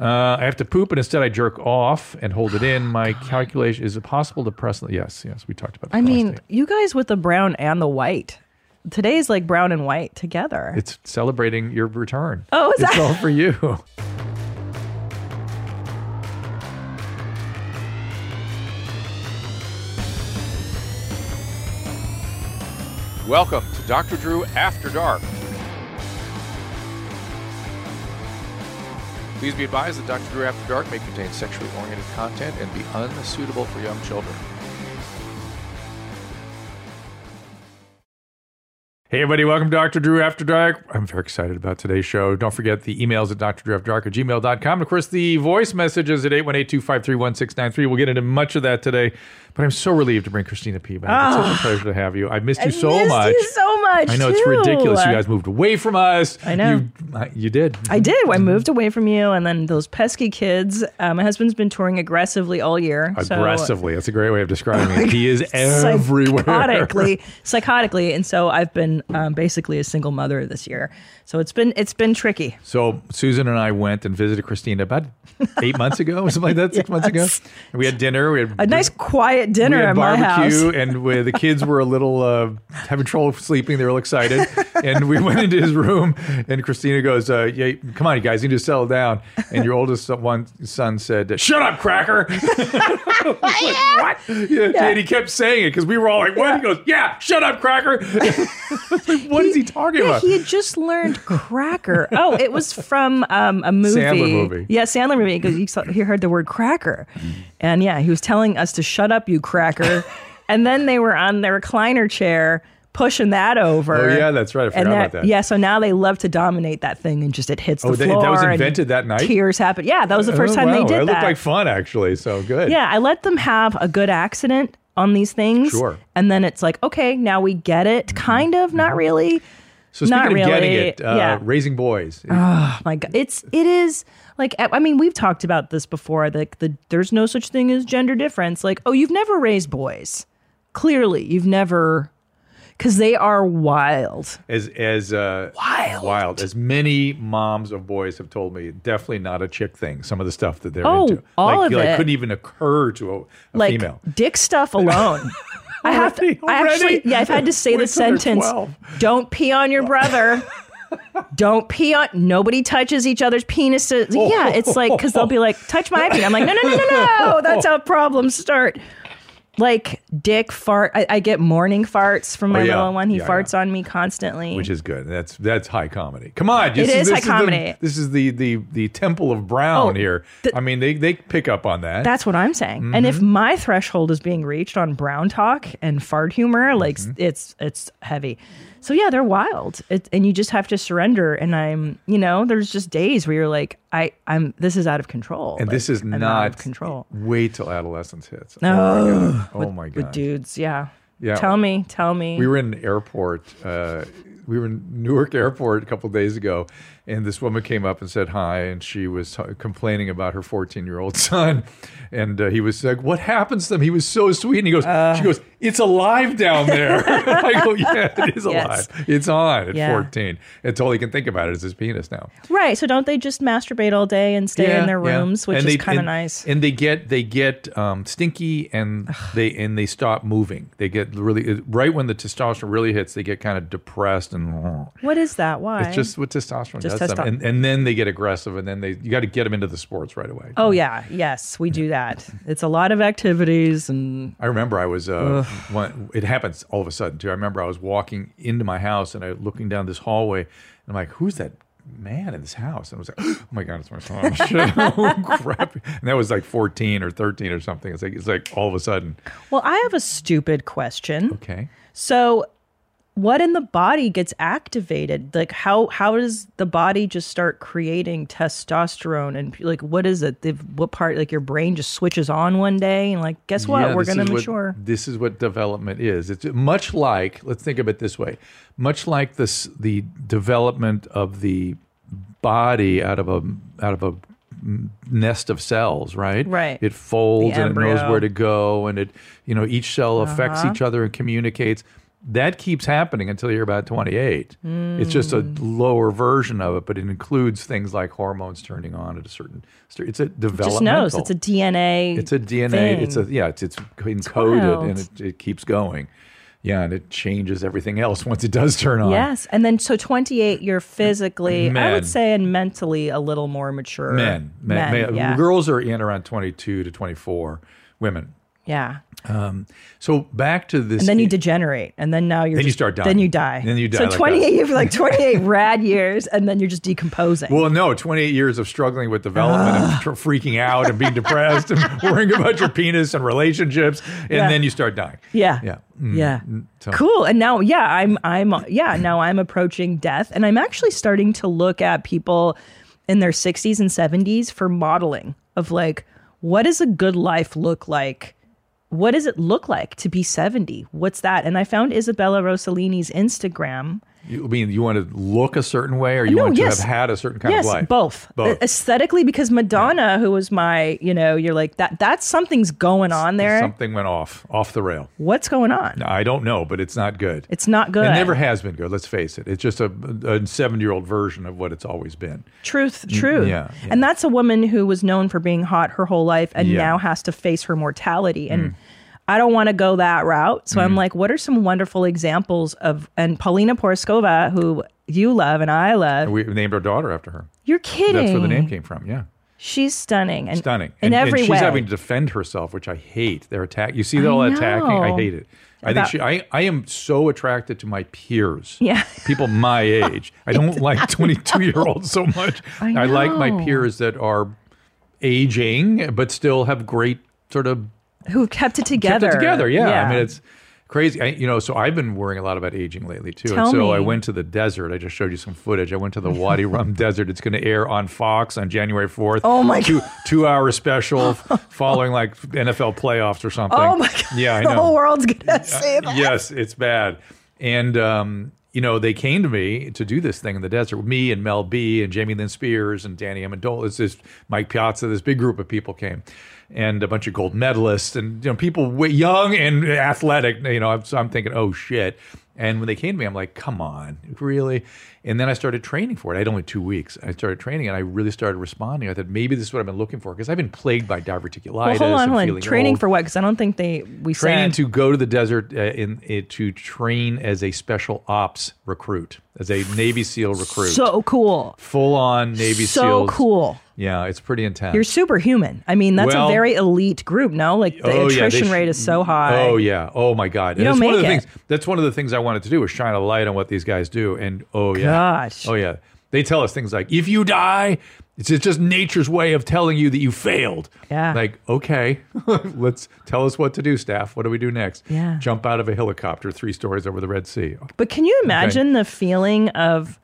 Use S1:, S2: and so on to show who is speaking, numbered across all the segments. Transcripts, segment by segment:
S1: Uh, I have to poop, and instead I jerk off and hold it in. My calculation is it possible to press? Yes, yes, we talked about. That
S2: I
S1: last
S2: mean,
S1: day.
S2: you guys with the brown and the white. Today's like brown and white together.
S1: it's celebrating your return.
S2: Oh, is
S1: it's
S2: that-
S1: all for you.
S3: Welcome to Dr. Drew After Dark. Please be advised that Dr. Drew After Dark may contain sexually oriented content and be unsuitable for young children.
S1: Hey everybody, welcome to Dr. Drew After Dark. I'm very excited about today's show. Don't forget the emails at drdrewafterdark at gmail.com. And of course, the voice messages at 818-253-1693. We'll get into much of that today. But I'm so relieved to bring Christina P. back. It's such a pleasure to have you. I've missed you
S2: Ah. I
S1: so
S2: missed
S1: much.
S2: you so much.
S1: I know it's
S2: too.
S1: ridiculous. You guys moved away from us.
S2: I know.
S1: You, uh, you did.
S2: I did. I moved away from you, and then those pesky kids. Uh, my husband's been touring aggressively all year. so-
S1: Aggressively. That's a great way of describing it. He is everywhere.
S2: psychotically, psychotically, and so I've been um, basically a single mother this year. So it's been it's been tricky.
S1: So Susan and I went and visited Christina about eight months ago, or something like that, six months ago.
S2: Yes.
S1: And we had dinner. We had
S2: A nice quiet dinner
S1: we had
S2: at my
S1: barbecue,
S2: house.
S1: and we, the kids were a little uh, having trouble sleeping. They were all excited, and we went into his room, and Christina goes, uh, yeah, "Come on, you guys, you need to settle down." And your oldest son, one son said, "Shut up, Cracker." I was like, what? Yeah,
S2: Yeah.
S1: And he kept saying it because we were all like, "What?" He goes, "Yeah, shut up, Cracker." It's like, what is he talking
S2: Yeah,
S1: about?
S2: he had just learned Cracker. Oh, it was from um, a movie.
S1: Sandler movie.
S2: Yeah, Sandler movie. Because he, saw- he heard the word Cracker, and yeah, he was telling us to shut up, you Cracker. and then they were on their recliner chair pushing that over.
S1: Oh, yeah, that's right. I
S2: and
S1: forgot about that.
S2: Yeah, so now they love to dominate that thing and just it hits
S1: Oh,
S2: the
S1: they- that
S2: floor.
S1: was
S2: and
S1: invented that night?
S2: Tears happen. Yeah, that was the first
S1: Oh,
S2: time
S1: wow.
S2: they did
S1: It
S2: that.
S1: looked like fun, actually. So good.
S2: yeah, I let them have a good accident on these things.
S1: Sure.
S2: And then it's like, okay, now we get it. Kind of, not really.
S1: So speaking
S2: Not
S1: of getting
S2: really,
S1: it, uh,
S2: yeah.
S1: raising boys.
S2: Oh my god, it's it is like I I mean we've talked about this before. Like the there's no such thing as gender difference. Like oh, you've never raised boys. Clearly, you've never because they are wild.
S1: as as uh,
S2: Wild.
S1: wild as many moms of boys have told me. Definitely not a chick thing. Some of the stuff that they're
S2: Oh,
S1: into,
S2: all
S1: like,
S2: of
S1: like,
S2: it.
S1: couldn't even occur to a, a
S2: like
S1: female.
S2: dick stuff alone. I have to.
S1: Already?
S2: I
S1: Already?
S2: actually, yeah, I've had to say the
S1: Wait till they're
S2: sentence:
S1: 12.
S2: "Don't pee on your brother." Don't pee on. Nobody touches each other's penises.
S1: Oh.
S2: Yeah, it's like because they'll be like, "Touch my penis." I'm like, "No, no, no, no, no." That's how problems start. Like dick fart. I, I get morning farts from my
S1: Oh, yeah.
S2: little one. He
S1: Yeah,
S2: farts
S1: yeah.
S2: on me constantly.
S1: Which is good. That's that's high comedy. Come on, this
S2: It is high
S1: this
S2: comedy.
S1: The, this is the the the temple of Brown
S2: Oh,
S1: here.
S2: the-
S1: I mean, they they pick up on that.
S2: That's what I'm saying. And
S1: Mm-hmm.
S2: if my threshold is being reached on brown talk and fart humor, like
S1: Mm-hmm.
S2: s- it's it's heavy. So yeah, they're wild, it, and you just have to surrender. And I'm, you know, there's just days where you're like, I, I'm, this is out of control.
S1: and this
S2: Like,
S1: is
S2: I'm
S1: not
S2: out of control.
S1: Wait till adolescence hits.
S2: No.
S1: Oh my god. Oh my god.
S2: With dudes, yeah.
S1: Yeah.
S2: Tell me, tell me.
S1: We were in an airport. Uh, we were in Newark Airport a couple of days ago, and this woman came up and said hi, and she was t- complaining about her 14 year old son, and uh, he was like, "What happens to him? He was so sweet." And he goes,
S2: Uh.
S1: "She goes, it's alive down there." I go, "Yeah, it is
S2: Yes.
S1: alive. It's on at
S2: Yeah.
S1: 14. It's all he can think about is his penis now."
S2: right. So don't they just masturbate all day and stay in their
S1: yeah.
S2: rooms, which
S1: And
S2: is
S1: they-
S2: kind of
S1: and-
S2: nice.
S1: And they get they get um, stinky and they and they stop moving. They get really right when the testosterone really hits, they get kind of depressed and
S2: what is that? Why?
S1: it's just what testosterone
S2: Just
S1: does. to them.
S2: testo-
S1: And, and then they get aggressive, and then they you got to get them into the sports right away.
S2: Oh yeah, yes, we do that. It's a lot of activities and
S1: I remember I was uh, one, it happens all of a sudden too. I remember I was walking into my house and I looking down this hallway and I'm like, who's that man in this house? And I was like, oh my god, it's my son. Shit. Oh, crap. And that was like 14 or 13 or something. It's like it's like all of a sudden.
S2: Well, I have a stupid question.
S1: Okay.
S2: So, what in the body gets activated? Like how how does the body just start creating testosterone and like what is it? The, what part like your brain just switches on one day and like guess what?
S1: Yeah,
S2: We're
S1: this
S2: going to
S1: is what-
S2: mature.
S1: this is what development is. It's much like let's think of it this way, much like this the development of the body out of a out of a nest of cells, right?
S2: Right.
S1: It folds
S2: The
S1: and it knows
S2: embryo. Uh-huh.
S1: where to go, and it you know each cell affects each other and communicates. that keeps happening until you're about 28. It's just a
S2: Mm.
S1: lower version of it, but it includes things like hormones turning on at a certain. st- It's a developmental.
S2: Just knows it's a DNA.
S1: It's a DNA. It's a
S2: thing.
S1: yeah. It's it's encoded
S2: wild.
S1: and it, it keeps going. Yeah, and it changes everything else once it does turn on.
S2: yes. And then so 28, you're physically, I
S1: Men.
S2: would say, and mentally a little more mature.
S1: Men, men, men-
S2: yeah.
S1: girls are in around 22 to 24. Women.
S2: yeah.
S1: So back to this.
S2: And then you degenerate, and then now you're.
S1: Then you
S2: just-
S1: start dying.
S2: Then you die.
S1: Then you die
S2: So
S1: like
S2: 28, you have like 28 rad years, and then you're just decomposing.
S1: Well, no, 28 years of struggling with development
S2: Ah.
S1: and tr- freaking out and being depressed and worrying about your penis and relationships. And
S2: Yeah.
S1: then you start dying.
S2: yeah.
S1: Yeah.
S2: Yeah.
S1: so-
S2: Cool. And now, yeah, I'm, I'm, yeah, now I'm approaching death, and I'm actually starting to look at people in their 60s and 70s for modeling of like, what does a good life look like? What does it look like to be 70? What's that? And I found Isabella Rossellini's Instagram.
S1: You I mean you want to look a certain way or you
S2: No,
S1: want
S2: yes.
S1: to have had a certain kind
S2: yes,
S1: of life?
S2: both.
S1: Both.
S2: Aesthetically, because Madonna, who was my, you know, you're like that. That's something's going on there.
S1: Something went off, off the rail.
S2: What's going on?
S1: I don't know, but it's not good.
S2: It's not good.
S1: It never has been good. Let's face it. It's just a, a seven-year-old version of what it's always been.
S2: Truth, truth.
S1: Mm, yeah, yeah.
S2: And that's a woman who was known for being hot her whole life and
S1: Yeah. Mm.
S2: now has to face her mortality. And I don't want to go that route. So I'm like, what are some wonderful examples of, and Paulina Poroskova, who you love and I love,
S1: We named our daughter after her.
S2: you're kidding.
S1: That's where the name came from. Yeah,
S2: She's stunning. And,
S1: stunning.
S2: In every
S1: she's
S2: way.
S1: having to defend herself, which I hate. They're attack. You see that all
S2: I
S1: attacking. I
S2: know.
S1: hate it. I
S2: About-
S1: think she. I, I am so attracted to my peers.
S2: Yeah.
S1: people my age. I don't like twenty-two-year-olds so much.
S2: I
S1: I like my
S2: know.
S1: peers that are aging but still have great sort of
S2: who kept it together.
S1: kept it together. Yeah. I mean, it's crazy. I, you know, so I've been worrying a lot about aging lately too.
S2: Tell
S1: and so
S2: me.
S1: I went to the desert. I just showed you some footage. I went to the Wadi Rum Desert. It's going to air on Fox on January 4th.
S2: Oh, my
S1: two, Two hour special following like NFL playoffs or something.
S2: Oh my God.
S1: Yeah, I
S2: the
S1: know
S2: whole world's going to see that.
S1: yes, it's bad. And um, you know, they came to me to do this thing in the desert. Me and Mel B and Jamie Lynn Spears and Danny Amendola. It's this Mike Piazza. This big group of people came, and a bunch of gold medalists and you know people wa- young and athletic. You know, I'm, so I'm thinking, oh shit. And when they came to me, I'm like, come on, really? And then I started training for it. I had only two weeks. I started training and I really started responding. I thought maybe this is what I've been looking for because I've been plagued by diverticulitis.
S2: Well, hold on,
S1: and
S2: hold on.
S1: feeling
S2: Training
S1: old
S2: for what? Because I don't think they, we
S1: training
S2: said.
S1: to go to the desert uh, in it, to train as a special ops recruit, as a Navy SEAL recruit.
S2: so cool.
S1: full on Navy
S2: so
S1: SEALs.
S2: cool.
S1: Yeah, it's pretty intense.
S2: You're superhuman. I mean, that's
S1: Well-
S2: a very elite group. No, like the
S1: Oh, yeah, they
S2: attrition
S1: sh-
S2: rate is so high.
S1: Oh yeah. Oh my God.
S2: You
S1: that's
S2: don't
S1: one of the
S2: make it.
S1: things. That's one of the things I wanted to do was shine a light on what these guys do. And oh yeah.
S2: Gosh.
S1: Oh yeah. They tell us things like, if you die, it's it's just nature's way of telling you that you failed.
S2: Yeah.
S1: Like, okay, let's tell us what to do, staff. What do we do next?
S2: Yeah.
S1: Jump out of a helicopter three stories over the Red Sea.
S2: But can you imagine the feeling of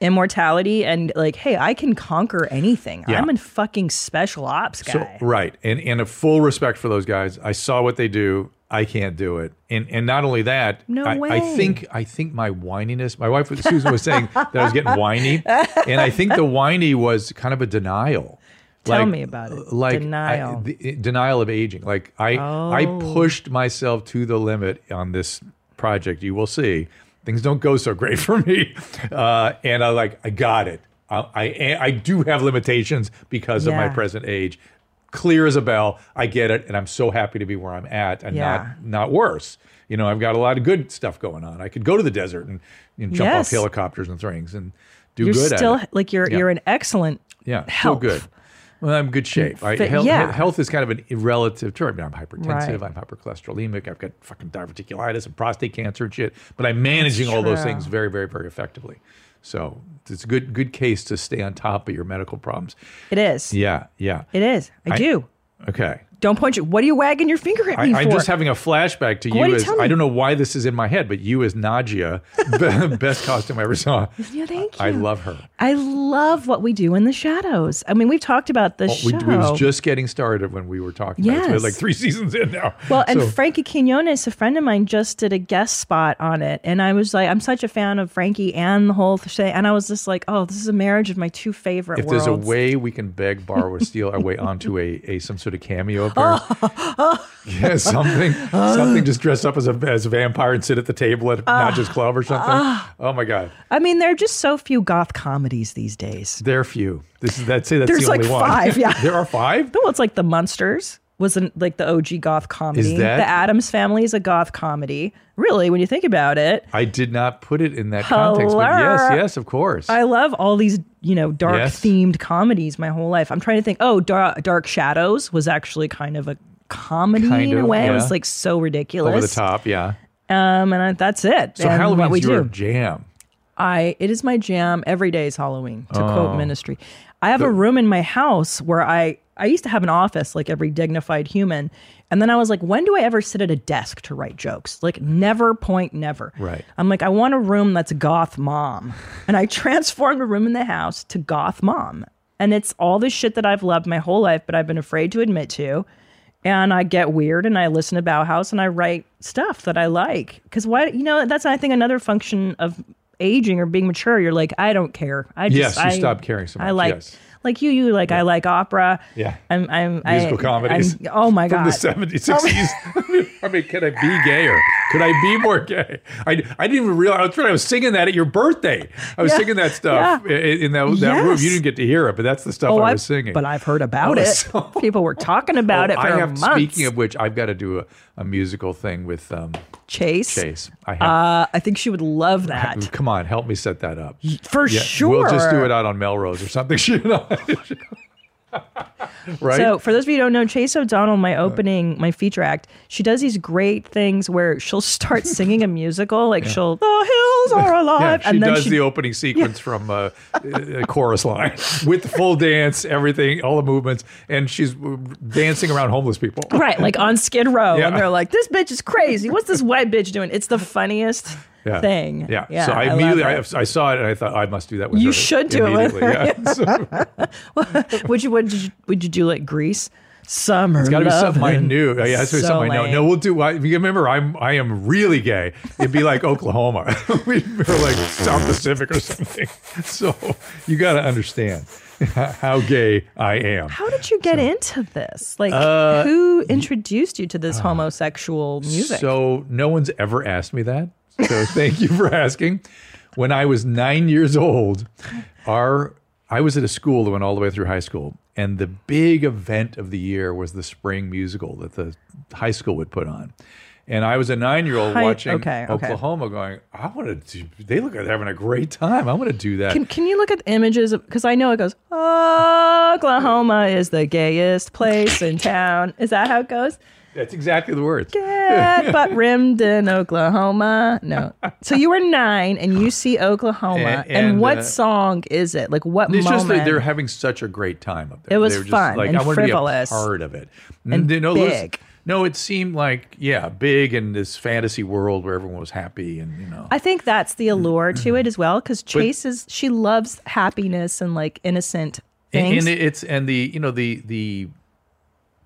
S2: immortality and like, hey, I can conquer anything.
S1: Yeah.
S2: I'm a fucking special ops guy.
S1: right, and and a full respect for those guys. I saw what they do. I can't do it. And and not only that,
S2: No
S1: I, I
S2: way.
S1: think I think my whininess. My wife Susan was saying that I was getting whiny, and I think the whiny was kind of a denial.
S2: Tell me about it.
S1: Like I-
S2: Denial. Oh.
S1: the- eh, denial of aging. Like I I pushed myself to the limit on this project. You will see things don't go so great for me, uh, and I like I got it. I, I I do have limitations because of my
S2: Yeah.
S1: present age. Clear as a bell. I get it, and I'm so happy to be where I'm at and
S2: Yeah.
S1: not not worse. You know, I've got a lot of good stuff going on. I could go to the desert and, and jump
S2: Yes.
S1: off helicopters and things and do
S2: You're
S1: good
S2: still
S1: at it.
S2: like you're
S1: Yeah.
S2: you're an excellent
S1: Yeah,
S2: health.
S1: still good. Well, I'm in good shape. I,
S2: Fit-
S1: health,
S2: yeah.
S1: health is kind of an relative term. Now, I'm hypertensive,
S2: Right.
S1: I'm hypercholesterolemic, I've got fucking diverticulitis and prostate cancer and shit, but I'm managing all those
S2: true.
S1: things very, very, very effectively. So it's a good good case to stay on top of your medical problems.
S2: It is.
S1: Yeah, yeah.
S2: It is. I,
S1: I-
S2: do.
S1: Okay.
S2: Don't point you. What are you wagging your finger at
S1: I,
S2: me for?
S1: I'm just having a flashback to you
S2: Gordy,
S1: as
S2: tell me.
S1: I don't know why this is in my head, but you as Nadia, be- best costume I ever saw.
S2: Yeah, thank
S1: I
S2: you.
S1: love her.
S2: I love what we do in the shadows. I mean, we've talked about this
S1: Oh, We,
S2: show.
S1: we was just getting started when we were talking about it. So we're
S2: Yes.
S1: like three seasons in now.
S2: Well, and
S1: So-
S2: Frankie Quinones, a friend of mine, just did a guest spot on it, and I was like, I'm such a fan of Frankie and the whole thing, and I was just like, oh, this is a marriage of my two favorite
S1: If
S2: worlds.
S1: there's a way we can beg, borrow, or steal our way onto a, a some sort of cameo real parent. yeah, something, something. Just dress up as a as a vampire and sit at the table at
S2: Ah,
S1: Notch's Club or something. oh my God,
S2: I mean, there are just so few goth comedies these days.
S1: there are few. This is that's it. That's
S2: There's
S1: the only
S2: like
S1: one.
S2: five, yeah.
S1: there are five.
S2: No, it's like the Munsters wasn't like the OG goth comedy.
S1: Is that-
S2: the Adams Family is a goth comedy. Really, when you think about it,
S1: I did not put it in that context, but yes,
S2: Hello.
S1: yes, of course.
S2: I love all these you know dark
S1: Yes.
S2: themed comedies my whole life. I'm trying to think. Oh, Dar- Dark Shadows was actually kind of a comedy
S1: Kind
S2: in a
S1: of,
S2: way. It
S1: yeah.
S2: was like so ridiculous.
S1: Over the top, yeah.
S2: Um, and I, that's it.
S1: So
S2: and what we
S1: Halloween's your
S2: do.
S1: jam.
S2: I it is my jam. Every day is Halloween.
S1: Oh.
S2: To quote ministry, I have a room in my house where I I used to have an office like every dignified human, and then I was like, when do I ever sit at a desk to write jokes? Like never, point never.
S1: Right.
S2: I'm like, I want a room that's goth mom, and I transformed a room in the house to goth mom, and it's all this shit that I've loved my whole life, but I've been afraid to admit to. And I get weird and I listen to Bauhaus and I write stuff that I like. Cause why, you know, that's, I think, another function of aging or being mature. You're like, I don't care. I just,
S1: Yes, you
S2: I,
S1: stop caring so
S2: I
S1: much,
S2: like,
S1: yes.
S2: like you, you like, I like opera.
S1: Yeah.
S2: I'm, I'm,
S1: Musical
S2: I,
S1: comedies.
S2: I'm- oh my
S1: From
S2: God.
S1: the 70s, 60s. I, mean, I mean, could I be gayer? Could I be more gay? I, I didn't even realize. That's right. I was singing that at your birthday. I was
S2: Yeah,
S1: singing that stuff i- in, that, that room.
S2: Yes.
S1: You didn't get to hear it, but that's the stuff
S2: Oh,
S1: I
S2: I've-
S1: was singing.
S2: But I've heard about
S1: I
S2: it.
S1: was so-
S2: People were talking about
S1: Oh,
S2: it for
S1: I have,
S2: months.
S1: Speaking of which, I've got to do a, a musical thing with um,
S2: Chase,
S1: Chase. I have.
S2: Uh, I think she would love that
S1: come on, help me set that up.
S2: Uh, for sure.
S1: We'll just do it out on Melrose or something. You know? right?
S2: So, for those of you who don't know, Chase O'Donnell, my opening, my feature act, she does these great things where she'll start singing a musical, like she'll "The Hills Are
S1: Yeah,
S2: Alive,"
S1: she
S2: and then
S1: does
S2: she
S1: the opening sequence from uh, a chorus line with the full dance, everything, all the movements, and she's uh, dancing around homeless people.
S2: right, like on Skid Row,
S1: Yeah.
S2: and they're like, "This bitch is crazy. What's this white bitch doing?" It's the funniest
S1: Yeah.
S2: thing.
S1: Yeah. so I, immediately I, I saw it and I thought I must do that with
S2: You
S1: her
S2: should do it with
S1: immediately. Yeah. So
S2: I, would you would you would you do like Grease? Summer.
S1: it's got to be something I knew. Yeah, it's gotta be
S2: So
S1: something I know.
S2: lame.
S1: No, we'll do. I, remember, I'm I am really gay. It'd be like Oklahoma. we were like South Pacific or something. So you got to understand how gay I am.
S2: How did you get into this? Like,
S1: uh,
S2: who introduced you to this homosexual music?
S1: So no one's ever asked me that. So thank you for asking. When I was nine years old, our I was at a school that went all the way through high school, and the big event of the year was the spring musical that the high school would put on. And I was a nine-year-old
S2: Hi-
S1: watching
S2: okay, okay.
S1: Oklahoma, going, "I want to do. They look like they're having a great time. I want to do that."
S2: Can, can you look at the images? Because I know it goes, Oklahoma is the gayest place in town. Is that how it goes?
S1: That's exactly the words.
S2: Get butt rimmed in Oklahoma. No. So you were nine and you see Oklahoma. And,
S1: And- and,
S2: what
S1: uh,
S2: song is it? Like what
S1: It's
S2: moment?
S1: just that they're having such a great time up there.
S2: It was
S1: They were just
S2: fun and
S1: I wanted
S2: frivolous.
S1: to be a part of it. And you know,
S2: big.
S1: no, it seemed like yeah, big in this fantasy world where everyone was happy and you know.
S2: I think that's the allure to it as well. Because Chase is, she loves happiness and like innocent
S1: and,
S2: things.
S1: and it's and the you know the the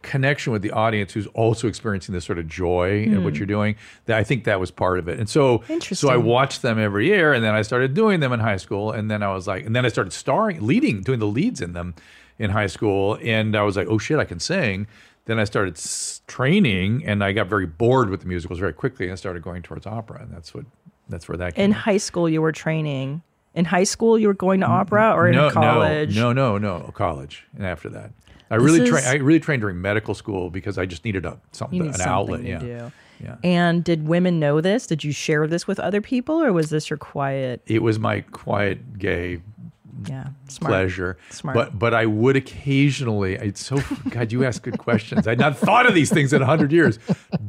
S1: connection with the audience who's also experiencing this sort of joy in what you're doing that i think that was part of it and so so i
S2: Hmm. Interesting.
S1: watched them every year and then i started doing them in high school and then i was like and then i started starring leading doing the leads in them in high school and i was like oh shit i can sing then i started s- training and i got very bored with the musicals very quickly and i started going towards opera and that's what that's where that came
S2: in high school, you were training. In high school, you were going to opera or in
S1: no,
S2: college?
S1: No, no, no, no, college. And after that, I really
S2: is-
S1: trained. I really trained during medical school because I just needed a something,
S2: you
S1: to-
S2: need
S1: an
S2: something
S1: outlet.
S2: to
S1: yeah.
S2: do.
S1: Yeah.
S2: And did women know this? Did you share this with other people, or was this your quiet?
S1: It was my quiet gay
S2: Yeah, smart.
S1: pleasure.
S2: Smart.
S1: But but I would occasionally. It's so God. You ask good questions. I'd not thought of these things in hundred years.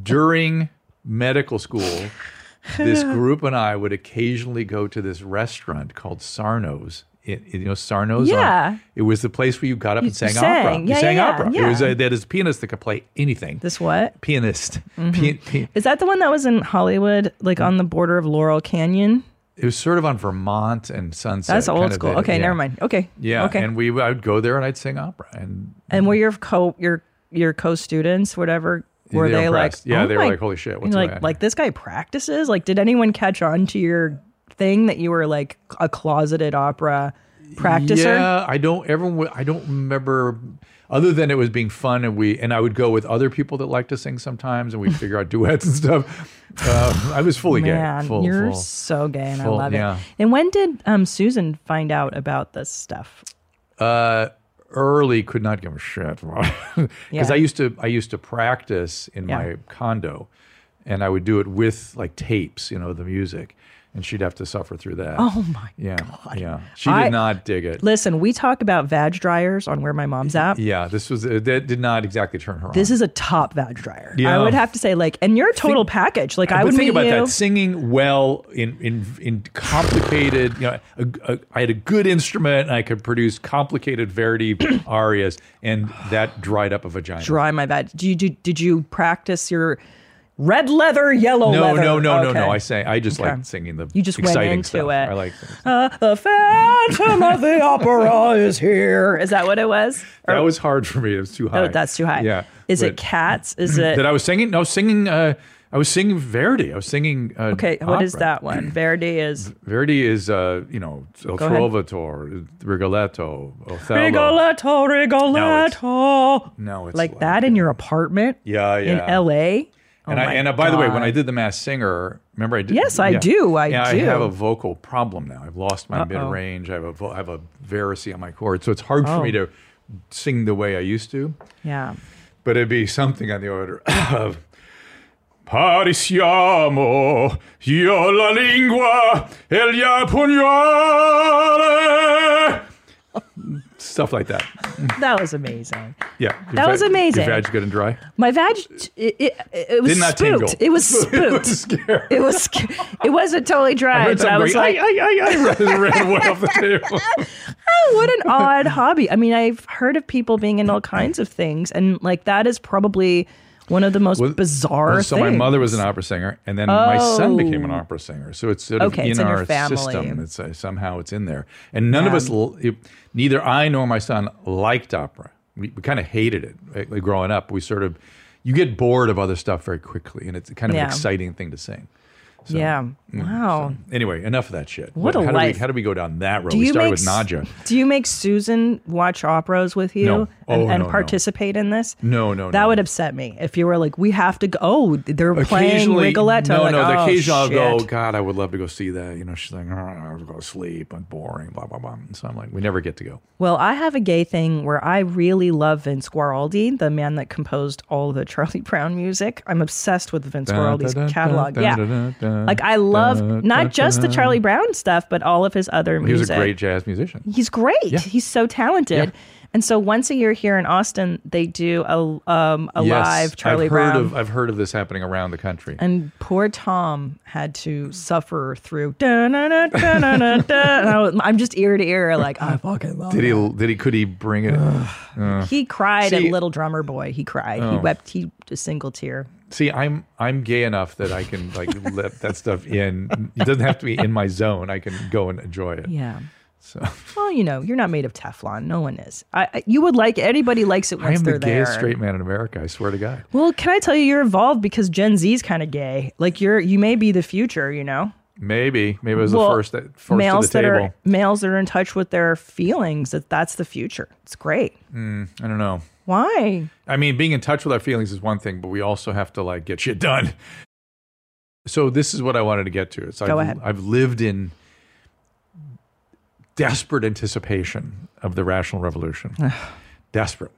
S1: During medical school, this group and I would occasionally go to this restaurant called Sarno's. It, it- you know Sarno's. on-
S2: Yeah.
S1: it was the place where you got up and sang,
S2: sang.
S1: opera.
S2: Yeah,
S1: you sang
S2: yeah,
S1: opera.
S2: yeah.
S1: It was a, they had this pianist that could play anything.
S2: This Mm-hmm. what
S1: pianist. Pia- pia-
S2: is that? The one that was in Hollywood, like
S1: Mm.
S2: on the border of Laurel Canyon.
S1: it was sort of on Vermont and Sunset.
S2: That's
S1: kind
S2: old
S1: of
S2: school.
S1: the-
S2: okay,
S1: yeah.
S2: never mind. Okay.
S1: Yeah,
S2: Okay.
S1: and we I would go there and I'd sing opera and
S2: And were your co your your co students whatever? Were
S1: They were
S2: they like?
S1: impressed. Mm-hmm. Yeah,
S2: oh
S1: they were
S2: my-
S1: like, "Holy shit,
S2: and
S1: what's
S2: you're
S1: going
S2: like
S1: on
S2: like this guy practices? Like, did anyone catch on to your thing that you were like a closeted opera practicer?
S1: Yeah, I don't. Everyone, wa- I don't remember. Other than it was being fun, and we and I would go with other people that like to sing sometimes, and we figure out duets and stuff. Uh, I was fully
S2: Man,
S1: gay. Full,
S2: you're
S1: full.
S2: so gay, and
S1: full-
S2: I love
S1: yeah.
S2: it. And when did um, Susan find out about this stuff?
S1: uh, early could not give a shit because
S2: Yeah.
S1: I used to I used to practice in
S2: Yeah.
S1: my condo, and I would do it with like tapes, you know, the music, and she'd have to suffer through that.
S2: Oh my!
S1: yeah, yeah. She did
S2: I-
S1: not dig it.
S2: Listen, we talk about vag dryers on where my mom's at.
S1: yeah, this was uh, that did not exactly turn her
S2: This
S1: on.
S2: is a top vag dryer.
S1: Yeah.
S2: I would have to say, like, and you're a total package. Like, I
S1: but
S2: would
S1: think
S2: meet
S1: about
S2: you.
S1: that singing well in in in complicated. You know, a, a, I had a good instrument and I could produce complicated Verdi arias, and that dried up a vagina.
S2: Dry my vag. Do you do? Did you practice your red leather, yellow
S1: No,
S2: leather?
S1: no, no, no, no.
S2: Okay.
S1: I say I just
S2: Okay.
S1: like singing the
S2: You just went
S1: exciting
S2: into
S1: stuff.
S2: it.
S1: I like things.
S2: Uh, the Phantom of the Opera is here. Is that what it was?
S1: that was hard for me. It was too high.
S2: Uh, Oh, that's too high.
S1: Yeah.
S2: Is it
S1: but-
S2: cats? Is it
S1: that I was singing? No, I was singing. Uh, I was singing Verdi. I was singing. Uh,
S2: okay? What is
S1: opera. Oh,
S2: that one? Verdi is
S1: Verdi is uh, you know Il
S2: ahead.
S1: Trovatore, Rigoletto, Othello.
S2: Rigoletto, Rigoletto.
S1: No, it's
S2: like that in your apartment
S1: Yeah,
S2: in
S1: yeah.
S2: L.A.
S1: And
S2: Oh
S1: I
S2: my
S1: and uh, by the way, when
S2: God.
S1: I did the Mass Singer, remember I did.
S2: Yes, I do, I
S1: yeah,
S2: do.
S1: I have a vocal problem now. I've lost my mid
S2: Uh-oh.
S1: range. I have a vo- I have a varicy on my chord, so it's hard for me
S2: Oh.
S1: to sing the way I used to.
S2: yeah.
S1: but it'd be something on the order of Parisiamo, io la lingua, e gli pugnale. Stuff like that.
S2: That was amazing.
S1: Yeah. Your
S2: That was
S1: vag-
S2: amazing.
S1: Your vag's good and dry.
S2: My vag, it, it, it was
S1: Did not
S2: spooked.
S1: tingle.
S2: It was
S1: it
S2: spooked.
S1: was scary.
S2: it was. sc- It wasn't totally
S1: I
S2: dry,
S1: heard
S2: but I
S1: something
S2: was
S1: going, I,
S2: like,
S1: I, I, I ran away off the table.
S2: "Oh, what an odd hobby. I mean, I've heard of people being in all kinds of things, and like that is probably one of the most
S1: Well,
S2: bizarre.
S1: So my
S2: things.
S1: mother was an opera singer, and then my son became an
S2: Oh.
S1: opera singer. So it's sort of
S2: Okay,
S1: in
S2: it's in your
S1: our
S2: family.
S1: system. It's uh, somehow it's in there, and none of us, l- it- neither I nor my son, liked opera. We, we kind of hated it like, like, growing up. We sort of you get bored of other stuff very quickly, and it's kind of
S2: Yeah.
S1: an exciting thing to sing.
S2: Yeah. Wow.
S1: Anyway, enough of that shit.
S2: What a
S1: how Do
S2: life.
S1: we, how do we go down that road?
S2: Do
S1: we
S2: you
S1: started
S2: make
S1: with Nadja.
S2: S- Do you make Susan watch operas with you
S1: No.
S2: and,
S1: Oh,
S2: and
S1: no, no.
S2: participate in this?
S1: No, no,
S2: That
S1: no.
S2: would upset me if you were like, we have to go. Oh, they're playing
S1: Occasionally,
S2: Rigoletto.
S1: No,
S2: like,
S1: no. The
S2: oh,
S1: occasional
S2: shit.
S1: I'll go. God, I would love to go see that. You know, she's like, oh, I was going to sleep. I'm boring. Blah blah blah. And so I'm like, we never get to go.
S2: Well, I have a gay thing where I really love Vince Guaraldi, the man that composed all the Charlie Brown music. I'm obsessed with Vince Guaraldi's catalog. Yeah. Like I love not just the Charlie Brown stuff, but all of his other
S1: He was
S2: music.
S1: a great jazz musician.
S2: He's great. He's so talented. And so once a year here in Austin, they do a um a live Charlie
S1: I've
S2: Brown.
S1: Heard of, I've heard of this happening around the country.
S2: and poor Tom had to suffer through. da-na-na, da-na-na, da. And I was- I'm just ear to ear, like I fucking love.
S1: Did he? Did he? Could he bring it?
S2: He cried
S1: See- Oh.
S2: at Little Drummer Boy. He cried. He wept. He a single tear.
S1: See, I'm I'm gay enough that I can like let that stuff in. It doesn't have to be in my zone. I can go and enjoy it.
S2: Yeah.
S1: So
S2: Well, you know, you're not made of Teflon. No one is. I, I you would like anybody likes it
S1: I
S2: once
S1: am
S2: they're
S1: the gayest
S2: there.
S1: straight man in America. I swear to God.
S2: Well, can I tell you, you're involved because Gen Z's kind of gay. Like you're, you may be the future. You know,
S1: Maybe maybe it was
S2: Well,
S1: the first that first
S2: males
S1: to the
S2: that
S1: table.
S2: are males that are in touch with their feelings. That that's the future. It's great.
S1: I don't know.
S2: Why?
S1: I mean, being in touch with our feelings is one thing, but we also have to like get shit done. So this is what I wanted to get to. It's
S2: Go
S1: I've,
S2: ahead.
S1: I've lived in desperate anticipation of the rational revolution. desperate.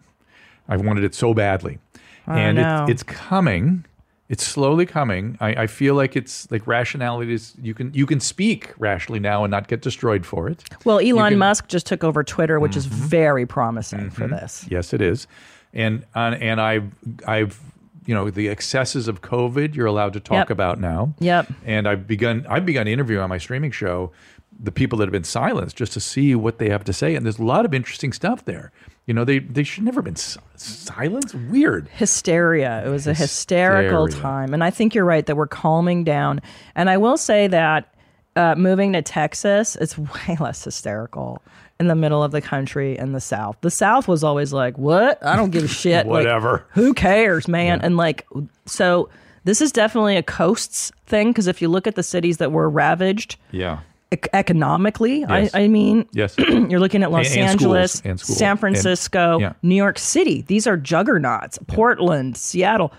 S1: I wanted it so badly, and
S2: no.
S1: it's, it's coming. It's slowly coming. I, I feel like it's like rationality is you can you can speak rationally now and not get destroyed for it.
S2: Well,
S1: can-
S2: Elon
S1: Mm-hmm.
S2: Musk just took over Twitter, which is very promising for this.
S1: Yes, it is. And and, and I've I've you know the excesses of COVID you're allowed to talk
S2: Yep.
S1: about now.
S2: Yep.
S1: And I've begun I've begun interviewing on my streaming show the people that have been silenced just to see what they have to say. And there's a lot of interesting stuff there. You know they they should never have been si- silenced. Weird.
S2: hysteria. It was a hysterical
S1: Hysteria.
S2: time. And I think you're right that we're calming down. And I will say that uh, moving to Texas, it's way less hysterical in the middle of the country and the South. The South was always like, what? I don't give a shit. Like,
S1: Whatever.
S2: who cares, man? And like, so this is definitely a coasts thing because if you look at the cities that were ravaged,
S1: Yeah.
S2: ec- economically.
S1: Yes.
S2: I, I mean,
S1: Yes.
S2: you're looking at Los
S1: And- and
S2: Angeles,
S1: schools, and schools,
S2: San
S1: and-
S2: Francisco,
S1: yeah.
S2: New York City. These are juggernauts. Portland, Seattle,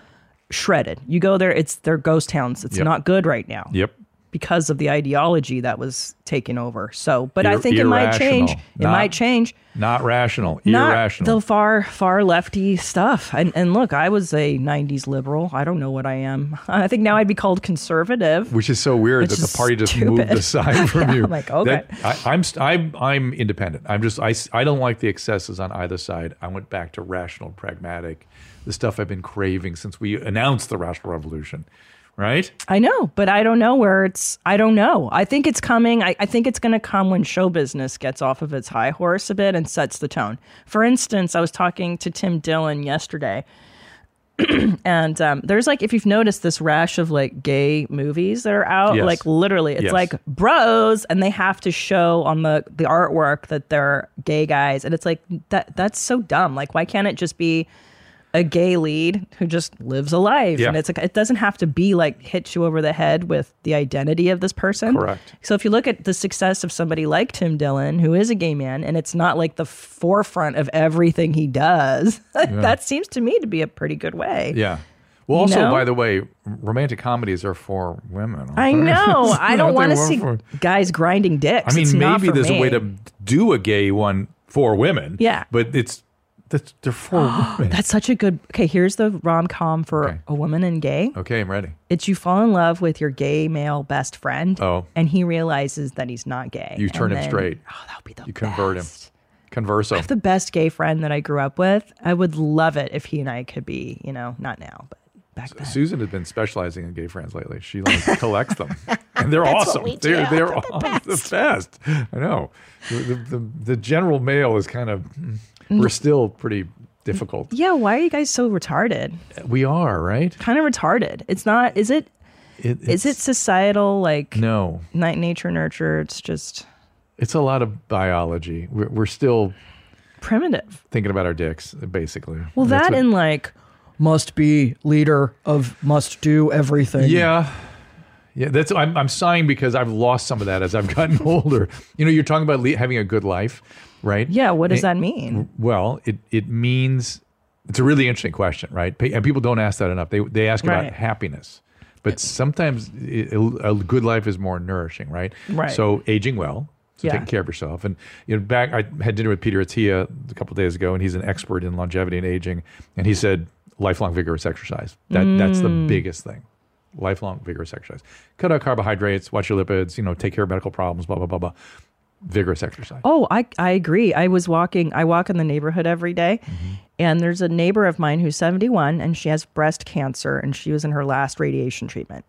S2: shredded. You go there, it's they're ghost towns. It's
S1: Yep.
S2: not good right now
S1: yep.
S2: because of the ideology that was taken over. So, but I
S1: Ir-
S2: think it might change. It
S1: irrational. Not-
S2: might change.
S1: Not rational.
S2: Not
S1: irrational.
S2: the far, far lefty stuff. And, and look, I was a 90s liberal. I don't know what I am. I think now I'd be called conservative.
S1: which is so weird
S2: Which
S1: that
S2: is
S1: the party just
S2: stupid.
S1: moved aside from you.
S2: I'm like, okay.
S1: That- I, I'm, st- I'm, I'm independent. I'm just, I, s- I don't like the excesses on either side. I went back to rational, pragmatic, the stuff I've been craving since we announced the rational revolution, right?
S2: I know, but I don't know where it's. I don't know. I think it's coming. I, I think it's going to come when show business gets off of its high horse a bit and sets the tone. For instance, I was talking to Tim Dillon yesterday, and um, there's like, if you've noticed this rash of like gay movies that are out,
S1: Yes.
S2: like literally, it's
S1: Yes.
S2: like bros, and they have to show on the the artwork that they're gay guys, and it's like that. That's so dumb. Like, why can't it just be? a gay lead who just lives a life
S1: Yeah.
S2: and it's like it doesn't have to be like hit you over the head with the identity of this person
S1: Correct.
S2: so if you look at the success of somebody like tim dillon who is a gay man and it's not like the forefront of everything he does that seems to me to be a pretty good way
S1: Yeah. Well, also,
S2: know?
S1: by the way, romantic comedies are for women. aren't
S2: i
S1: they?
S2: know i
S1: Aren't
S2: don't
S1: they
S2: want to
S1: more
S2: see
S1: for-
S2: guys grinding dicks
S1: I mean,
S2: It's not
S1: maybe
S2: for
S1: there's a way
S2: me.
S1: to do a gay one for women.
S2: Yeah.
S1: But it's, that's, they're for women.
S2: that's such a good okay here's the rom-com for
S1: Okay.
S2: a woman and gay
S1: okay, I'm ready.
S2: it's you fall in love with your gay male best friend,
S1: Oh.
S2: and he realizes that he's not gay.
S1: You turn
S2: and
S1: him straight.
S2: Oh, that would be the
S1: You convert him.
S2: best.
S1: Converso.
S2: The best gay friend that I grew up with. I would love it if he and I could be, you know, not now, but back then.
S1: Susan has been specializing in gay friends lately. She like collects them, and they're awesome.
S2: we
S1: they're
S2: do.
S1: they're the, the best. I know. The, the, the, the general mail is kind of mm, we're still pretty difficult.
S2: yeah, why are you guys so retarded?
S1: We are right.
S2: Kind of retarded. It's not. Is it?
S1: It,
S2: Is it
S1: it's-
S2: societal? Like
S1: No,
S2: night nature nurture. It's just
S1: it's a lot of biology. We're, we're still
S2: primitive.
S1: thinking about our dicks, basically.
S2: Well,
S1: That's
S2: that
S1: what-
S2: and like
S4: Must be leader of must do everything.
S1: Yeah. Yeah, that's I'm I'm sighing because I've lost some of that as I've gotten older. You know, you're talking about le- having a good life, right?
S2: yeah. What does
S1: And-
S2: that mean?
S1: Well, it it means it's a really interesting question, right? Pe- And people don't ask that enough. They they ask
S2: Right.
S1: about happiness, but sometimes i- a a good life is more nourishing, right?
S2: Right.
S1: So aging well. So
S2: Yeah.
S1: taking care of yourself, and you know, back I had dinner with Peter Attia a couple of days ago, and he's an expert in longevity and aging, and he said lifelong vigorous exercise. That that's the
S2: Mm.
S1: biggest thing. Lifelong vigorous exercise. Cut out carbohydrates, watch your lipids. You know, take care of medical problems. Blah blah blah blah. Vigorous exercise.
S2: Oh, I I agree. I was walking. I walk in the neighborhood every day,
S1: Mm-hmm.
S2: and there's a neighbor of mine who's 71, and she has breast cancer, and she was in her last radiation treatment.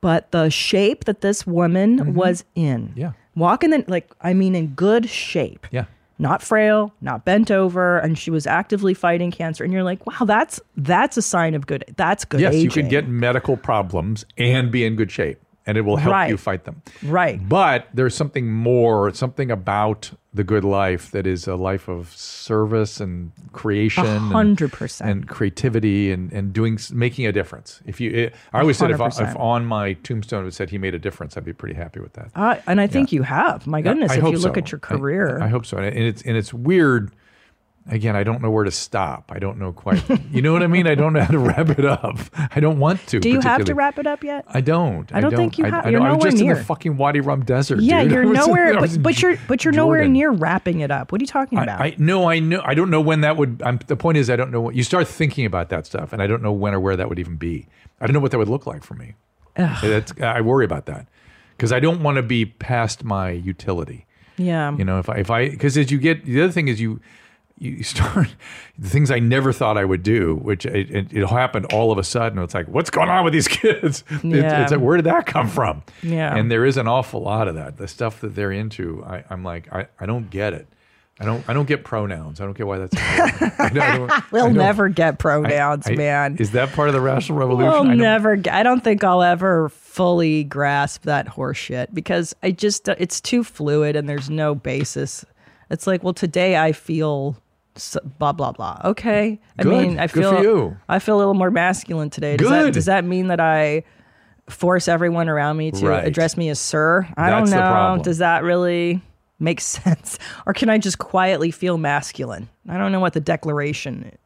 S2: But the shape that this woman was in,
S1: Mm-hmm. Yeah.
S2: walking in like I mean, in good shape,
S1: Yeah.
S2: not frail, not bent over, and she was actively fighting cancer. And you're like, wow, that's that's a sign of good. That's good.
S1: Yes, you can
S2: aging.
S1: get medical problems and be in good shape, and it will help
S2: Right.
S1: you fight them.
S2: right.
S1: But there's something more, something about the good life that is a life of service and creation, and-
S2: 100%.
S1: and creativity, and and doing s- making a difference. If you, it, I always said if, I, if
S2: 100%.
S1: on my tombstone it said he made a difference, I'd be pretty happy with that.
S2: Uh, and I think you have. My goodness,
S1: I
S2: if
S1: hope
S2: you look
S1: so.
S2: at your
S1: I-
S2: career,
S1: I, hope so. And it's and it's weird. Again, I don't know where to stop. I don't know quite. you know what I mean? I don't know how to wrap it up. I don't want to.
S2: do you have to
S1: particularly.
S2: wrap it up yet?
S1: I don't.
S2: I don't think you have- you're
S1: I was
S2: nowhere
S1: just in
S2: near.
S1: the fucking Wadi Rum desert.
S2: Yeah,
S1: dude. I
S2: you're
S1: was in-
S2: nowhere,
S1: I was
S2: but,
S1: in
S2: but you're but you're nowhere
S1: Jordan.
S2: near wrapping it up. What are you talking about?
S1: I, I no, I know. I don't know when that would. I'm, the point is, I don't know. What, you start thinking about that stuff, and I don't know when or where that would even be. I don't know what that would look like for me. That's, I worry about that because I don't want to be past my utility.
S2: yeah,
S1: You know, if I if I because as you get the other thing is you you start the things I never thought I would do, which it, it, it happened all of a sudden. It's like what's going on with these kids? It's,
S2: Yeah.
S1: it's like where did that come from?
S2: Yeah.
S1: and there is an awful lot of that. The stuff that they're into, I, I'm like I, I don't get it. I don't I don't get pronouns. I don't get why that's. important. I don't- I don't- I
S2: we'll
S1: don't-
S2: never get pronouns,
S1: I-
S2: man.
S1: Is that part of the rational revolution?
S2: we'll
S1: I don't-
S2: never. Get, I don't think I'll ever fully grasp that horseshit because I just it's too fluid and there's no basis. It's like, well, today I feel s- blah blah blah. Okay, I
S1: Good.
S2: mean, I
S1: Good
S2: feel
S1: for you.
S2: I feel a little more masculine today. Does That,
S1: Good.
S2: does that mean that I force everyone around me to
S1: Right.
S2: address me as sir. I
S1: That's the
S2: don't know.
S1: problem.
S2: Does that really make sense? Or can I just quietly feel masculine? I don't know what the declaration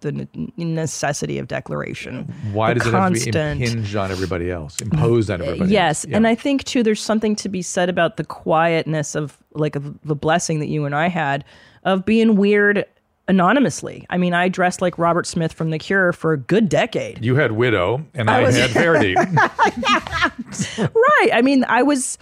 S2: the ne- necessity of declaration.
S1: Why
S2: the
S1: does it have to be impinged on everybody else, imposed on everybody?
S2: Yes,
S1: else? Yeah.
S2: and I think too, there's something to be said about the quietness of like of the blessing that you and I had of being weird anonymously. I mean, I dressed like Robert Smith from The Cure for a good decade.
S1: you had widow, and I,
S2: was-
S1: had Verdi.
S2: right. I mean, I was,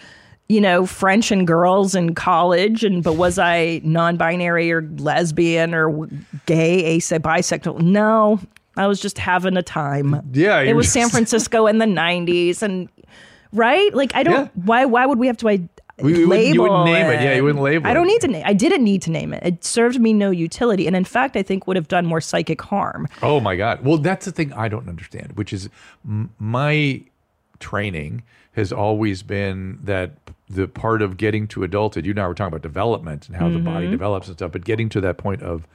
S2: you know, French and girls in college, and but was I non-binary or lesbian or w- gay, ase, bisexual? No, I was just having a time.
S1: Yeah,
S2: it
S1: you're
S2: was
S1: just-
S2: San Francisco in the '90s, and right, like I don't.
S1: Yeah.
S2: Why? Why would we have to? I,
S1: We- we wouldn't-
S2: label
S1: you wouldn't name it. Yeah, you wouldn't label
S2: I don't
S1: it.
S2: need to name. I didn't need to name it. It served me no utility, and in fact, I think would have done more psychic harm.
S1: Oh my God. Well, that's the thing I don't understand, which is m- my training has always been that the part of getting to adulthood, you and I were talking about development and how the body develops and stuff, but getting to that point of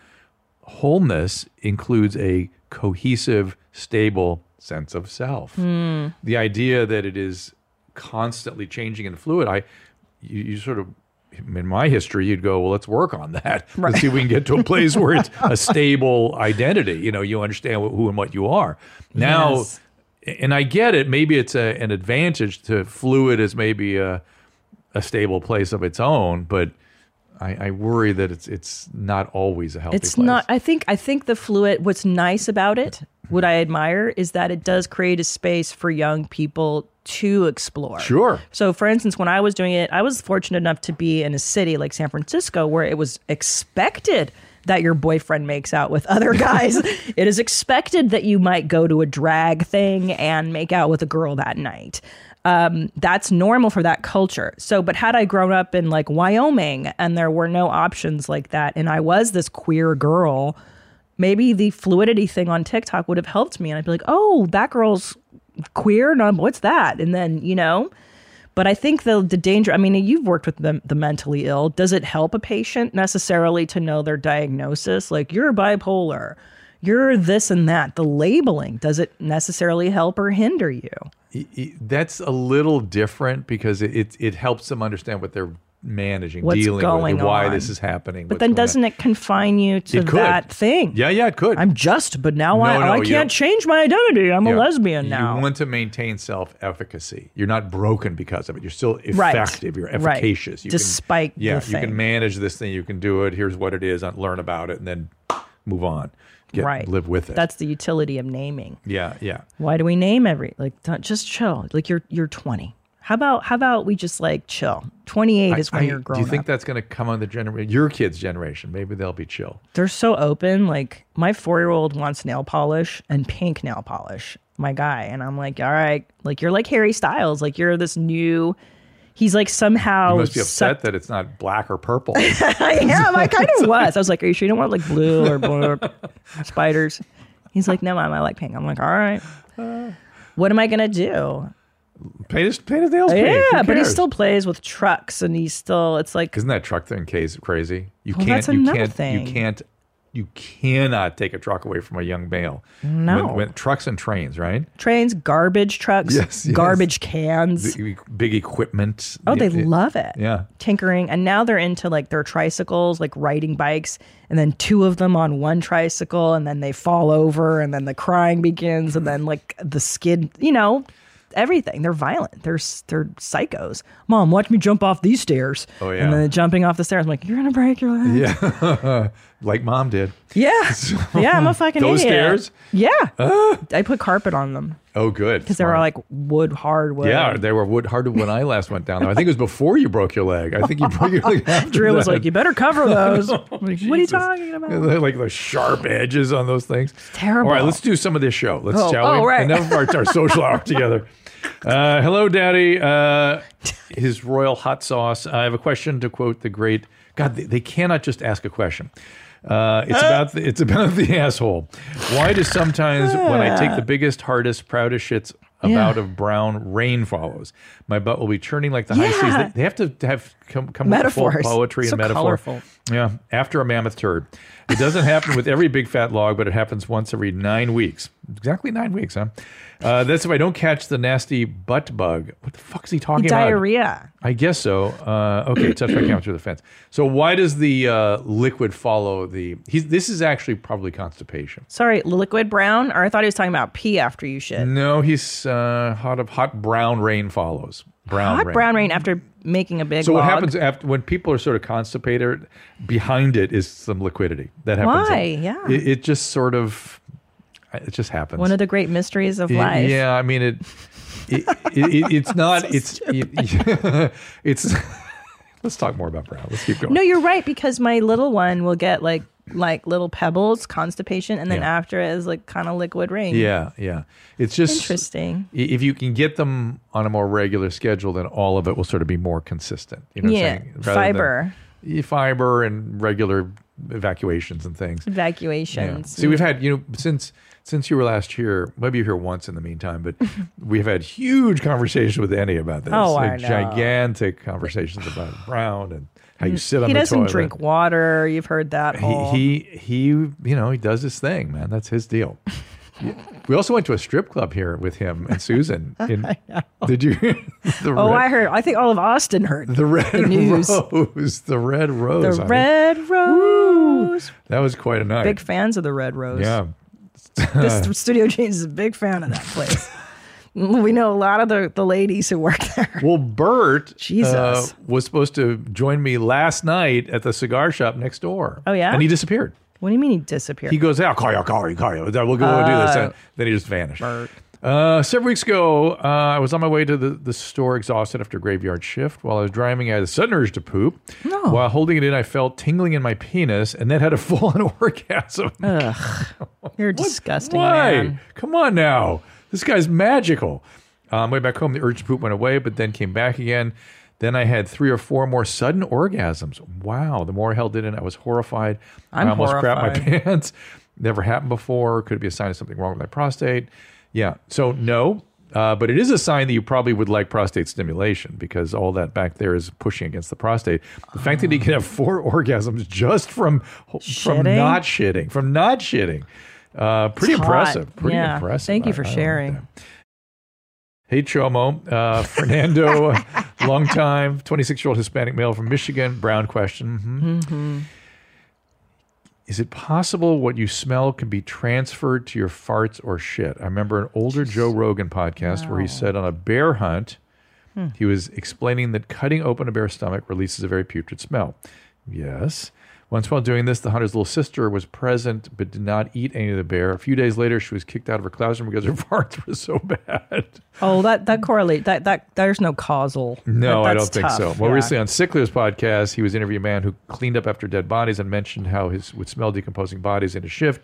S1: wholeness includes a cohesive, stable sense of self.
S2: Hmm.
S1: The idea that it is constantly changing and fluid, I, you, you sort of, in my history, you'd go, well, let's work on that. Let's see if we can get to a place where it's a stable identity. You know, you understand who and what you are. Now,
S2: Yes.
S1: and I get it. Maybe it's a, an advantage to fluid as maybe a, a stable place of its own, but I, I worry that it's it's not always a healthy.
S2: it's
S1: place.
S2: not i think i think the fluid what's nice about it what i admire is that it does create a space for young people to explore
S1: Sure.
S2: so for instance when i was doing it i was fortunate enough to be in a city like san francisco where it was expected that your boyfriend makes out with other guys it is expected that you might go to a drag thing and make out with a girl that night um, that's normal for that culture. So, but had I grown up in like Wyoming and there were no options like that, and I was this queer girl, maybe the fluidity thing on TikTok would have helped me. And I'd be like, oh, that girl's queer. No, what's that? And then, you know, but I think the, the danger, I mean, you've worked with the, the mentally ill. Does it help a patient necessarily to know their diagnosis? Like, you're bipolar, you're this and that. The labeling, does it necessarily help or hinder you?
S1: E- e- That's a little different because it, it it helps them understand what they're managing,
S2: What's
S1: dealing
S2: going
S1: with, and why
S2: on.
S1: this is happening.
S2: But then doesn't it confine you to
S1: It could.
S2: that thing?
S1: Yeah, yeah, it could.
S2: I'm just, but now I,
S1: No, no,
S2: I
S1: you
S2: can't
S1: don't-
S2: change my identity. I'm a
S1: Yeah.
S2: lesbian now.
S1: You want to maintain self efficacy. You're not broken because of it. You're still
S2: Right.
S1: effective. You're
S2: Right.
S1: efficacious. You
S2: Despite
S1: can, yeah,
S2: the
S1: you
S2: thing.
S1: can manage this thing. You can do it. Here's what it is. uh, Learn about it and then move on. Get,
S2: right.
S1: Live with it.
S2: That's the utility of naming.
S1: yeah, yeah.
S2: Why do we name every like? don't- Just chill. Like you're you're 20. How about how about we just like chill? 28 is when
S1: I-
S2: you're
S1: do
S2: grown
S1: you think
S2: up.
S1: that's going to come on the generation, your kids' generation? Maybe they'll be chill.
S2: They're so open. Like my four year old wants nail polish and pink nail polish. My guy and I'm like, all right, like you're like Harry Styles. Like you're this new. He's like somehow
S1: You must be
S2: sucked
S1: upset that it's not black or purple.
S2: I am. I kind of was. I was like, "Are you sure you don't want like blue or blue or spiders?" He's like, "No, mom, I like pink." I'm like, "All right,
S1: Uh.
S2: what am I gonna do?"
S1: paint his paint his nails. pink. Who
S2: yeah, but he
S1: cares?
S2: still plays with trucks, and he's still. It's like
S1: Isn't that truck thing case crazy? You
S2: Well,
S1: can't.
S2: that's
S1: you
S2: another
S1: can't.
S2: thing.
S1: You can't. You cannot take a truck away from a young male.
S2: No.
S1: When, when- trucks and trains, right?
S2: trains, garbage trucks,
S1: Yes, yes.
S2: garbage cans.
S1: Big, big equipment.
S2: Oh, they
S1: Yeah,
S2: love it.
S1: Yeah.
S2: Tinkering. And now they're into like their tricycles, like riding bikes, and then two of them on one tricycle, and then they fall over, and then the crying begins, and then like the skid, you know, everything. They're violent. They're, s- they're psychos. Mom, watch me jump off these stairs.
S1: Oh, yeah.
S2: And then jumping off the stairs, I'm like, you're going to break your leg.
S1: Like mom did.
S2: Yeah. yeah, I'm a fucking
S1: Those
S2: idiot.
S1: stairs? Ah.
S2: Yeah. I put carpet on them
S1: Oh, good.
S2: because they were like wood, hardwood.
S1: Yeah, they were wood hardwood when I last went down there. I think it was before you broke your leg. I think you broke your leg. After
S2: Drew was
S1: that.
S2: like, you better cover those. I'm like, what are you
S1: Jesus.
S2: talking about?
S1: Yeah, they're like the sharp edges on those things.
S2: terrible.
S1: All right, let's do some of this show. Let's
S2: Oh,
S1: shall
S2: oh,
S1: we?
S2: right.
S1: Enough of our, our social hour together. Uh, hello, Daddy. Uh, his royal hot sauce. I have a question to quote the great God. They, they cannot just ask a question. Uh, it's about the, it's about the asshole. Why do sometimes when I take the biggest, hardest, proudest shits about
S2: Ah. Yeah.
S1: of brown, rain follows? My butt will be churning like the high seas.
S2: Yeah.
S1: They, they have to have come come up with full
S2: Metaphors.
S1: poetry
S2: So
S1: and metaphor.
S2: colorful.
S1: Yeah, after a mammoth turd. It doesn't happen with every big fat log, but it happens once every nine weeks. exactly nine weeks, huh? Uh, that's if I don't catch the nasty butt bug. What the fuck is he talking about?
S2: Diarrhea.
S1: I guess so. Uh, okay, touch my camera through the fence. So why does the uh, liquid follow the? He's, this is actually probably constipation.
S2: Sorry, liquid brown. Or I thought he was talking about pee after you shit.
S1: No, he's uh, hot. Hot brown rain follows. Brown
S2: Hot
S1: rain.
S2: brown rain after making a big.
S1: So what
S2: log.
S1: happens after when people are sort of constipated? Behind it is some liquidity that happens.
S2: Why? Yeah.
S1: It, it just sort of, it just happens.
S2: One of the great mysteries of
S1: Y-
S2: life.
S1: Yeah, I mean it. it, it, it- it's not. it's it- it's. let's talk more about brown. Let's keep going.
S2: No, you're right because my little one will get like like little pebbles, constipation, and then
S1: Yeah.
S2: after it is like kind of liquid rain.
S1: yeah, yeah. It's just
S2: Interesting.
S1: i- If you can get them on a more regular schedule, then all of it will sort of be more consistent. You know, what I'm
S2: yeah.
S1: saying? Rather than-
S2: Fiber
S1: Yeah, fiber, and regular evacuations and things. Yeah.
S2: evacuations.
S1: See, we've had you know since since you were last here, maybe you're here once in the meantime, but we've had huge conversations with Annie about this.
S2: Oh,
S1: like
S2: I know.
S1: gigantic conversations about Brown and how you sit on
S2: he
S1: the
S2: doesn't
S1: toilet.
S2: drink water. You've heard that. whole-
S1: He, he he you know he does his thing, man. That's his deal. we also went to a strip club here with him and Susan. In, Did you? the
S2: oh,
S1: red,
S2: I heard. I think all of Austin heard.
S1: the red
S2: news.
S1: rose. The red
S2: The
S1: rose. honey.
S2: Red Rose.
S1: That was quite a night.
S2: Big fans of the Red Rose.
S1: yeah.
S2: This Studio James is a big fan of that place. we know a lot of the, the ladies who work there.
S1: Well, Bert
S2: Jesus.
S1: uh, was supposed to join me last night at the cigar shop next door.
S2: Oh, yeah?
S1: and he disappeared.
S2: What do you mean he disappeared?
S1: He goes, "I'll call you, I'll call you, call you. We'll go, we'll do
S2: Uh,
S1: this." And then he just vanished. Uh, several weeks ago, uh, I was on my way to the, the store exhausted after graveyard shift. While I was driving, I had a sudden urge to poop.
S2: No.
S1: While holding it in, I felt tingling in my penis and then had a full on orgasm.
S2: You're a disgusting.
S1: Why?
S2: man.
S1: Come on now. This guy's magical. Um, way back home, the urge to poop went away, but then came back again. Then I had three or four more sudden orgasms. Wow. The more I held it in, I was horrified.
S2: I'm
S1: I almost crapped my
S2: horrified.
S1: pants. Never happened before. Could it be a sign of something wrong with my prostate. Yeah. So, no. Uh, but it is a sign that you probably would like prostate stimulation because all that back there is pushing against the prostate. The fact that he can have four orgasms just from from
S2: Ah. Shitting?
S1: not shitting, from not shitting, uh, pretty
S2: It's hot.
S1: impressive. Pretty
S2: Yeah.
S1: impressive.
S2: Thank you
S1: I-
S2: for
S1: I like
S2: sharing.
S1: that. Hey, Chomo. Uh, Fernando, long time, 26 year old Hispanic male from Michigan. Brown question. Mhm. Is it possible what you smell can be transferred to your farts or shit? I remember an older Joe Rogan podcast where he said on a bear hunt, he was explaining that cutting open a bear's stomach releases a very putrid smell. Yes. Once while doing this, the hunter's little sister was present but did not eat any of the bear. A few days later, she was kicked out of her classroom because her farts were so bad.
S2: Oh, that that correlate that that there's no causal.
S1: No,
S2: That-
S1: I don't
S2: that's
S1: think
S2: tough.
S1: so. Well,
S2: Yeah.
S1: recently on Sickler's podcast, he was interviewing a man who cleaned up after dead bodies and mentioned how his would smell decomposing bodies in a shift.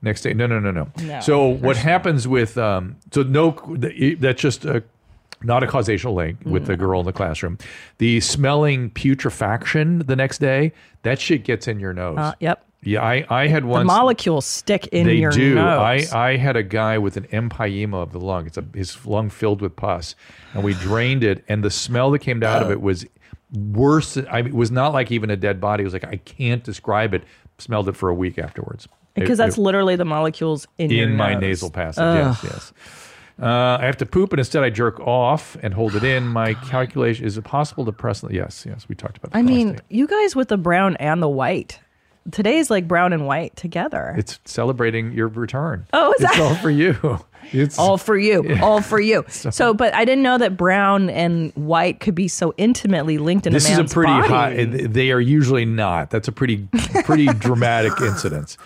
S1: Next day, no, no, no, no.
S2: No,
S1: so what happens with um, so no that's just a, not a causational link with
S2: Mm.
S1: the girl in the classroom. The smelling putrefaction the next day, that shit gets in your nose.
S2: Uh, yep.
S1: yeah, I, I had once
S2: Molecules stick in
S1: they
S2: your
S1: do.
S2: nose.
S1: I, I had a guy with an empyema of the lung. It's a, his lung filled with pus, and we drained it, and the smell that came out
S2: Oh.
S1: of it was worse. than- I mean, it was not like even a dead body. It was like I can't describe it. Smelled it for a week afterwards It-
S2: because that's
S1: it-
S2: literally the molecules in your
S1: in my
S2: nose.
S1: nasal passage. Yes, yes. Uh, I have to poop, and instead I jerk off and hold it in. My calculation is it possible to press? Yes, yes. We talked about. The
S2: I mean,
S1: prostate.
S2: you guys with the brown and the white. Today's like brown and white together.
S1: it's celebrating your return.
S2: Oh, is
S1: it's
S2: that-
S1: all for you. It's
S2: all for you. All for you. so, but I didn't know that brown and white could be so intimately linked in
S1: this
S2: a
S1: is
S2: man's
S1: a pretty
S2: body.
S1: hot they are usually not that's a pretty pretty dramatic incident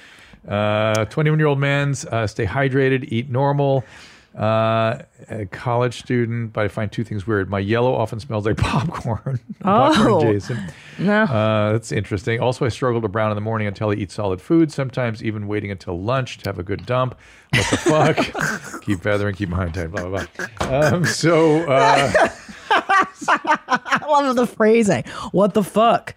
S1: uh, 21 year old man's uh, stay hydrated eat normal uh, a college student but i find two things weird my yellow often smells like popcorn
S2: Oh.
S1: popcorn jason
S2: No.
S1: uh, that's interesting also i struggle to brown in the morning until i eat solid food sometimes even waiting until lunch to have a good dump what the fuck keep feathering keep behind tight blah blah blah um, so uh,
S4: I love the phrasing. What the fuck?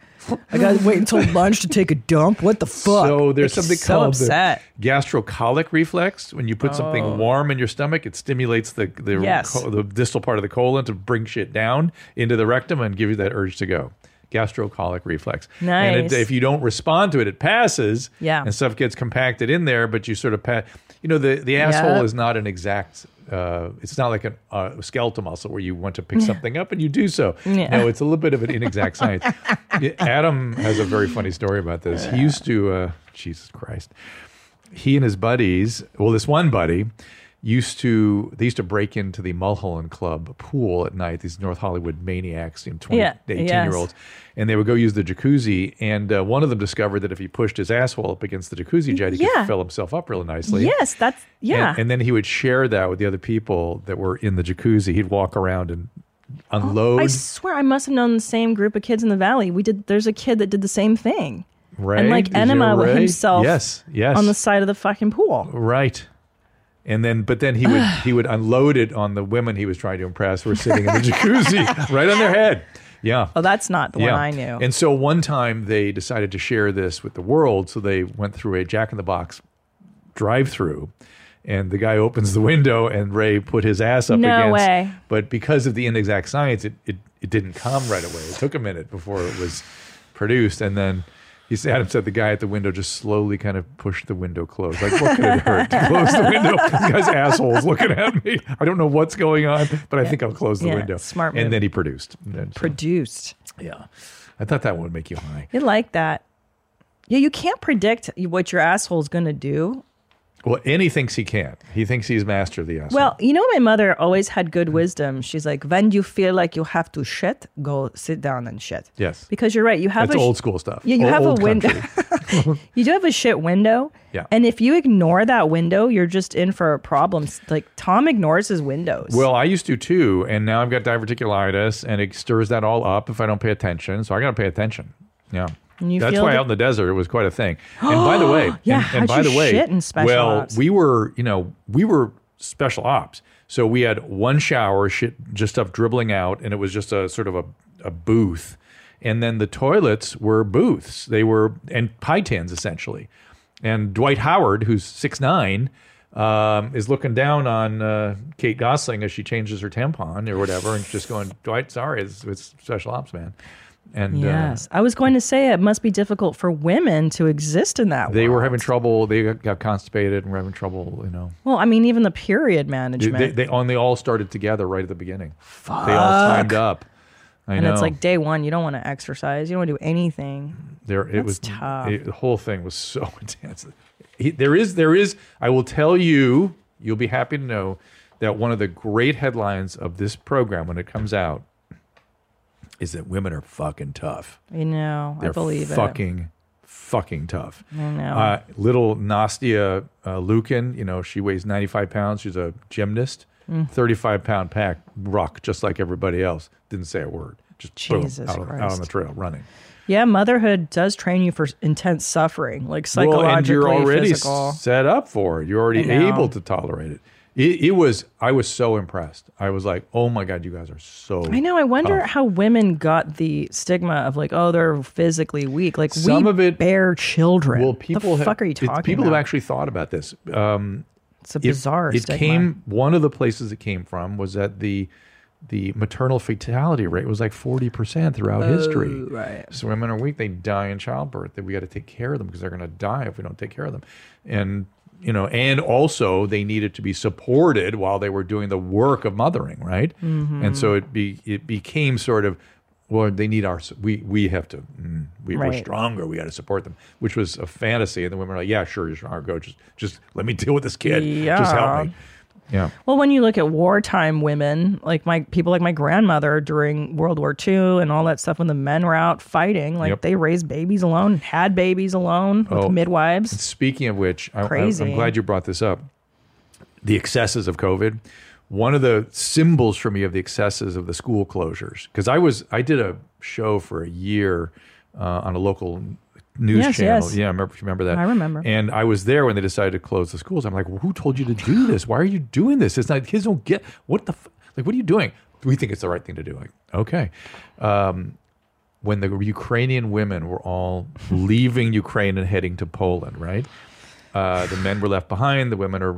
S4: I gotta wait until lunch to take a dump. What the fuck?
S1: So there's
S2: Like,
S1: something
S2: so
S1: called
S2: upset. Oh.
S1: the gastrocolic reflex. When you put something warm in your stomach, it stimulates the the,
S2: Yes.
S1: co- the distal part of the colon to bring shit down into the rectum and give you that urge to go. gastrocolic reflex. And
S2: Nice.
S1: it, if you don't respond to it, it passes.
S2: Yeah.
S1: And stuff gets compacted in there, but you sort of pass. You know, the, the asshole
S2: Yep.
S1: is not an exact. Uh, it's not like a uh, skeletal muscle where you want to pick something up and you do so.
S2: Yeah.
S1: No, it's a little bit of an inexact science. Yeah, Adam has a very funny story about this. He used to, uh, Jesus Christ, he and his buddies, well, this one buddy, used to they used to break into the Mulholland Club pool at night. These North Hollywood maniacs, you know, 20,
S2: Yeah,
S1: 18
S2: yes.
S1: year olds, and they would go use the jacuzzi. And uh, one of them discovered that if he pushed his asshole up against the jacuzzi jet, he
S2: Yeah.
S1: could fill himself up really nicely.
S2: Yes, that's yeah.
S1: And, and then he would share that with the other people that were in the jacuzzi. He'd walk around and unload.
S2: Oh, I swear I must have known the same group of kids in the valley. We did there's a kid that did the same thing
S1: right?
S2: like
S1: Is there
S2: enema with
S1: right?
S2: himself
S1: Yes, yes. Oh.
S2: on the side of the fucking pool.
S1: Right. And then, but then he would he would unload it on the women he was trying to impress who were sitting in the jacuzzi right on their head. Yeah.
S2: Oh, that's not the
S1: yeah.
S2: one I knew.
S1: And so one time they decided to share this with the world. So they went through a Jack in the Box drive through and the guy opens the window and Ray put his ass up
S2: No
S1: against.
S2: way.
S1: But because of the inexact science, it, it, it didn't come right away. It took a minute before it was produced. And then he said, Adam said the guy at the window just slowly kind of pushed the window closed. Like, what could it hurt to close the window? This guy's asshole's looking at me. I don't know what's going on, but I think I'll close the
S2: Yeah,
S1: window.
S2: smart move.
S1: And then he produced. And then- so-
S4: Produced.
S1: yeah. I thought that one would make you high.
S2: You like that. Yeah, you can't predict what your asshole's going to do.
S1: Well, and he thinks he can't. He thinks he's master of the asshole.
S2: Well, you know, my mother always had good wisdom. She's like, when you feel like you have to shit, go sit down and shit.
S1: Yes.
S2: Because you're right. You have
S1: that's
S2: a sh-
S1: old school stuff.
S2: Yeah, you
S1: O-
S2: have a
S1: old
S2: window.
S1: country.
S2: you do have a shit window.
S1: Yeah.
S2: And if you ignore that window, you're just in for problems. Like Tom ignores his windows.
S1: Well, I used to too, and now I've got diverticulitis, and it stirs that all up if I don't pay attention. So I got to pay attention. Yeah.
S2: And you
S1: That's
S2: feel
S1: why
S2: the-
S1: out in the desert it was quite a thing. And by the way,
S2: Yeah,
S1: and, and
S2: how'd
S1: by
S2: you
S1: the way,
S2: shit in special
S1: well,
S2: ops?
S1: we were, you know, we were special ops. So we had one shower, shit, just stuff dribbling out, and it was just a sort of a, a booth. And then the toilets were booths. They were and pie tins essentially. And Dwight Howard, who's six nine, um, is looking down on uh, Kate Gosling as she changes her tampon or whatever, and just going, "Dwight, sorry, it's, it's special ops, man." And uh,
S2: yes. I was going to say it must be difficult for women to exist in that
S1: they
S2: world.
S1: were having trouble. They got, got constipated and were having trouble. You know,
S2: Well, I mean, even the period
S1: they,
S2: management.
S1: they, they and they all started together right at the beginning. They all timed up. I
S2: and
S1: know.
S2: it's like day one, you don't want to exercise. You don't want to do anything.
S1: there, it was
S2: tough.
S1: it- the whole thing was so intense. He, there is, there is. I will tell you. You'll be happy to know that one of the great headlines of this program when it comes out is that women are fucking tough.
S2: You know,
S1: They're
S2: I believe it.
S1: fucking, fucking tough.
S2: I know.
S1: Uh, little Nastia uh, Lukin, you know, she weighs 95 pounds. She's a gymnast,
S2: Mm.
S1: 35 pound pack, rock, just like everybody else. Didn't say a word. Just boom,
S2: Jesus
S1: out, on- out on
S2: Christ.
S1: the trail running.
S2: yeah, motherhood does train you for intense suffering, like psychologically,
S1: well, and you're already
S2: physical.
S1: set up for it. You're already
S2: I know.
S1: able to tolerate it. it. It was, I was so impressed. I was like, oh my God, you guys are so.
S2: I know. I wonder how women got the stigma of like, oh, they're physically weak. Like
S1: Some
S2: we
S1: of it-
S2: bear children.
S1: Well, people
S2: the
S1: have,
S2: fuck are you
S1: it's-
S2: talking
S1: people
S2: about?
S1: have actually thought about this.
S2: it's a
S1: it-
S2: bizarre
S1: It
S2: stigma.
S1: came. One of the places it came from was that the the maternal fatality rate was like forty percent throughout
S2: Oh,
S1: history. Right. So women are weak; they die in childbirth. That we got to take care of them because they're going to die if we don't take care of them. And you know, and also they needed to be supported while they were doing the work of mothering, right?
S2: Mm-hmm.
S1: And so it be it became sort of. Well, they need our. s- We we have to. mm, We, We're
S2: Right.
S1: stronger. We got to support them, which was a fantasy. And the women were like, "Yeah, sure, you're stronger. Go, just just let me deal with this kid. Just
S2: Yeah.
S1: help me." Yeah.
S2: Well, when you look at wartime women, like my people, like my grandmother during World War II and all that stuff, when the men were out fighting, like
S1: Yep.
S2: they raised babies alone, had babies alone with
S1: Oh.
S2: midwives.
S1: Speaking of which, I, I,
S2: Crazy.
S1: am glad you brought this up. The excesses of COVID. One of the symbols for me of the excesses of the school closures, because I was I did a show for a year uh, on a local news
S2: Yes,
S1: channel.
S2: yes.
S1: Yeah, I remember if you remember that.
S2: I remember.
S1: And I was there when they decided to close the schools. I'm like, who told you to do this? Why are you doing this? It's not kids don't get what the f- like. What are you doing? We think it's the right thing to do. Like, okay. Um, when the Ukrainian women were all leaving Ukraine and heading to Poland, right? Uh, the men were left behind. The women are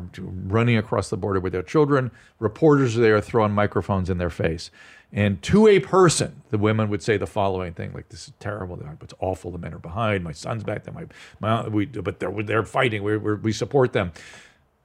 S1: running across the border with their children. Reporters are there throwing microphones in their face. And to a person, the women would say the following thing: like, "This is terrible. It's awful. The men are behind. My son's back there. My, my we, but they're they're fighting. we we're, we support them.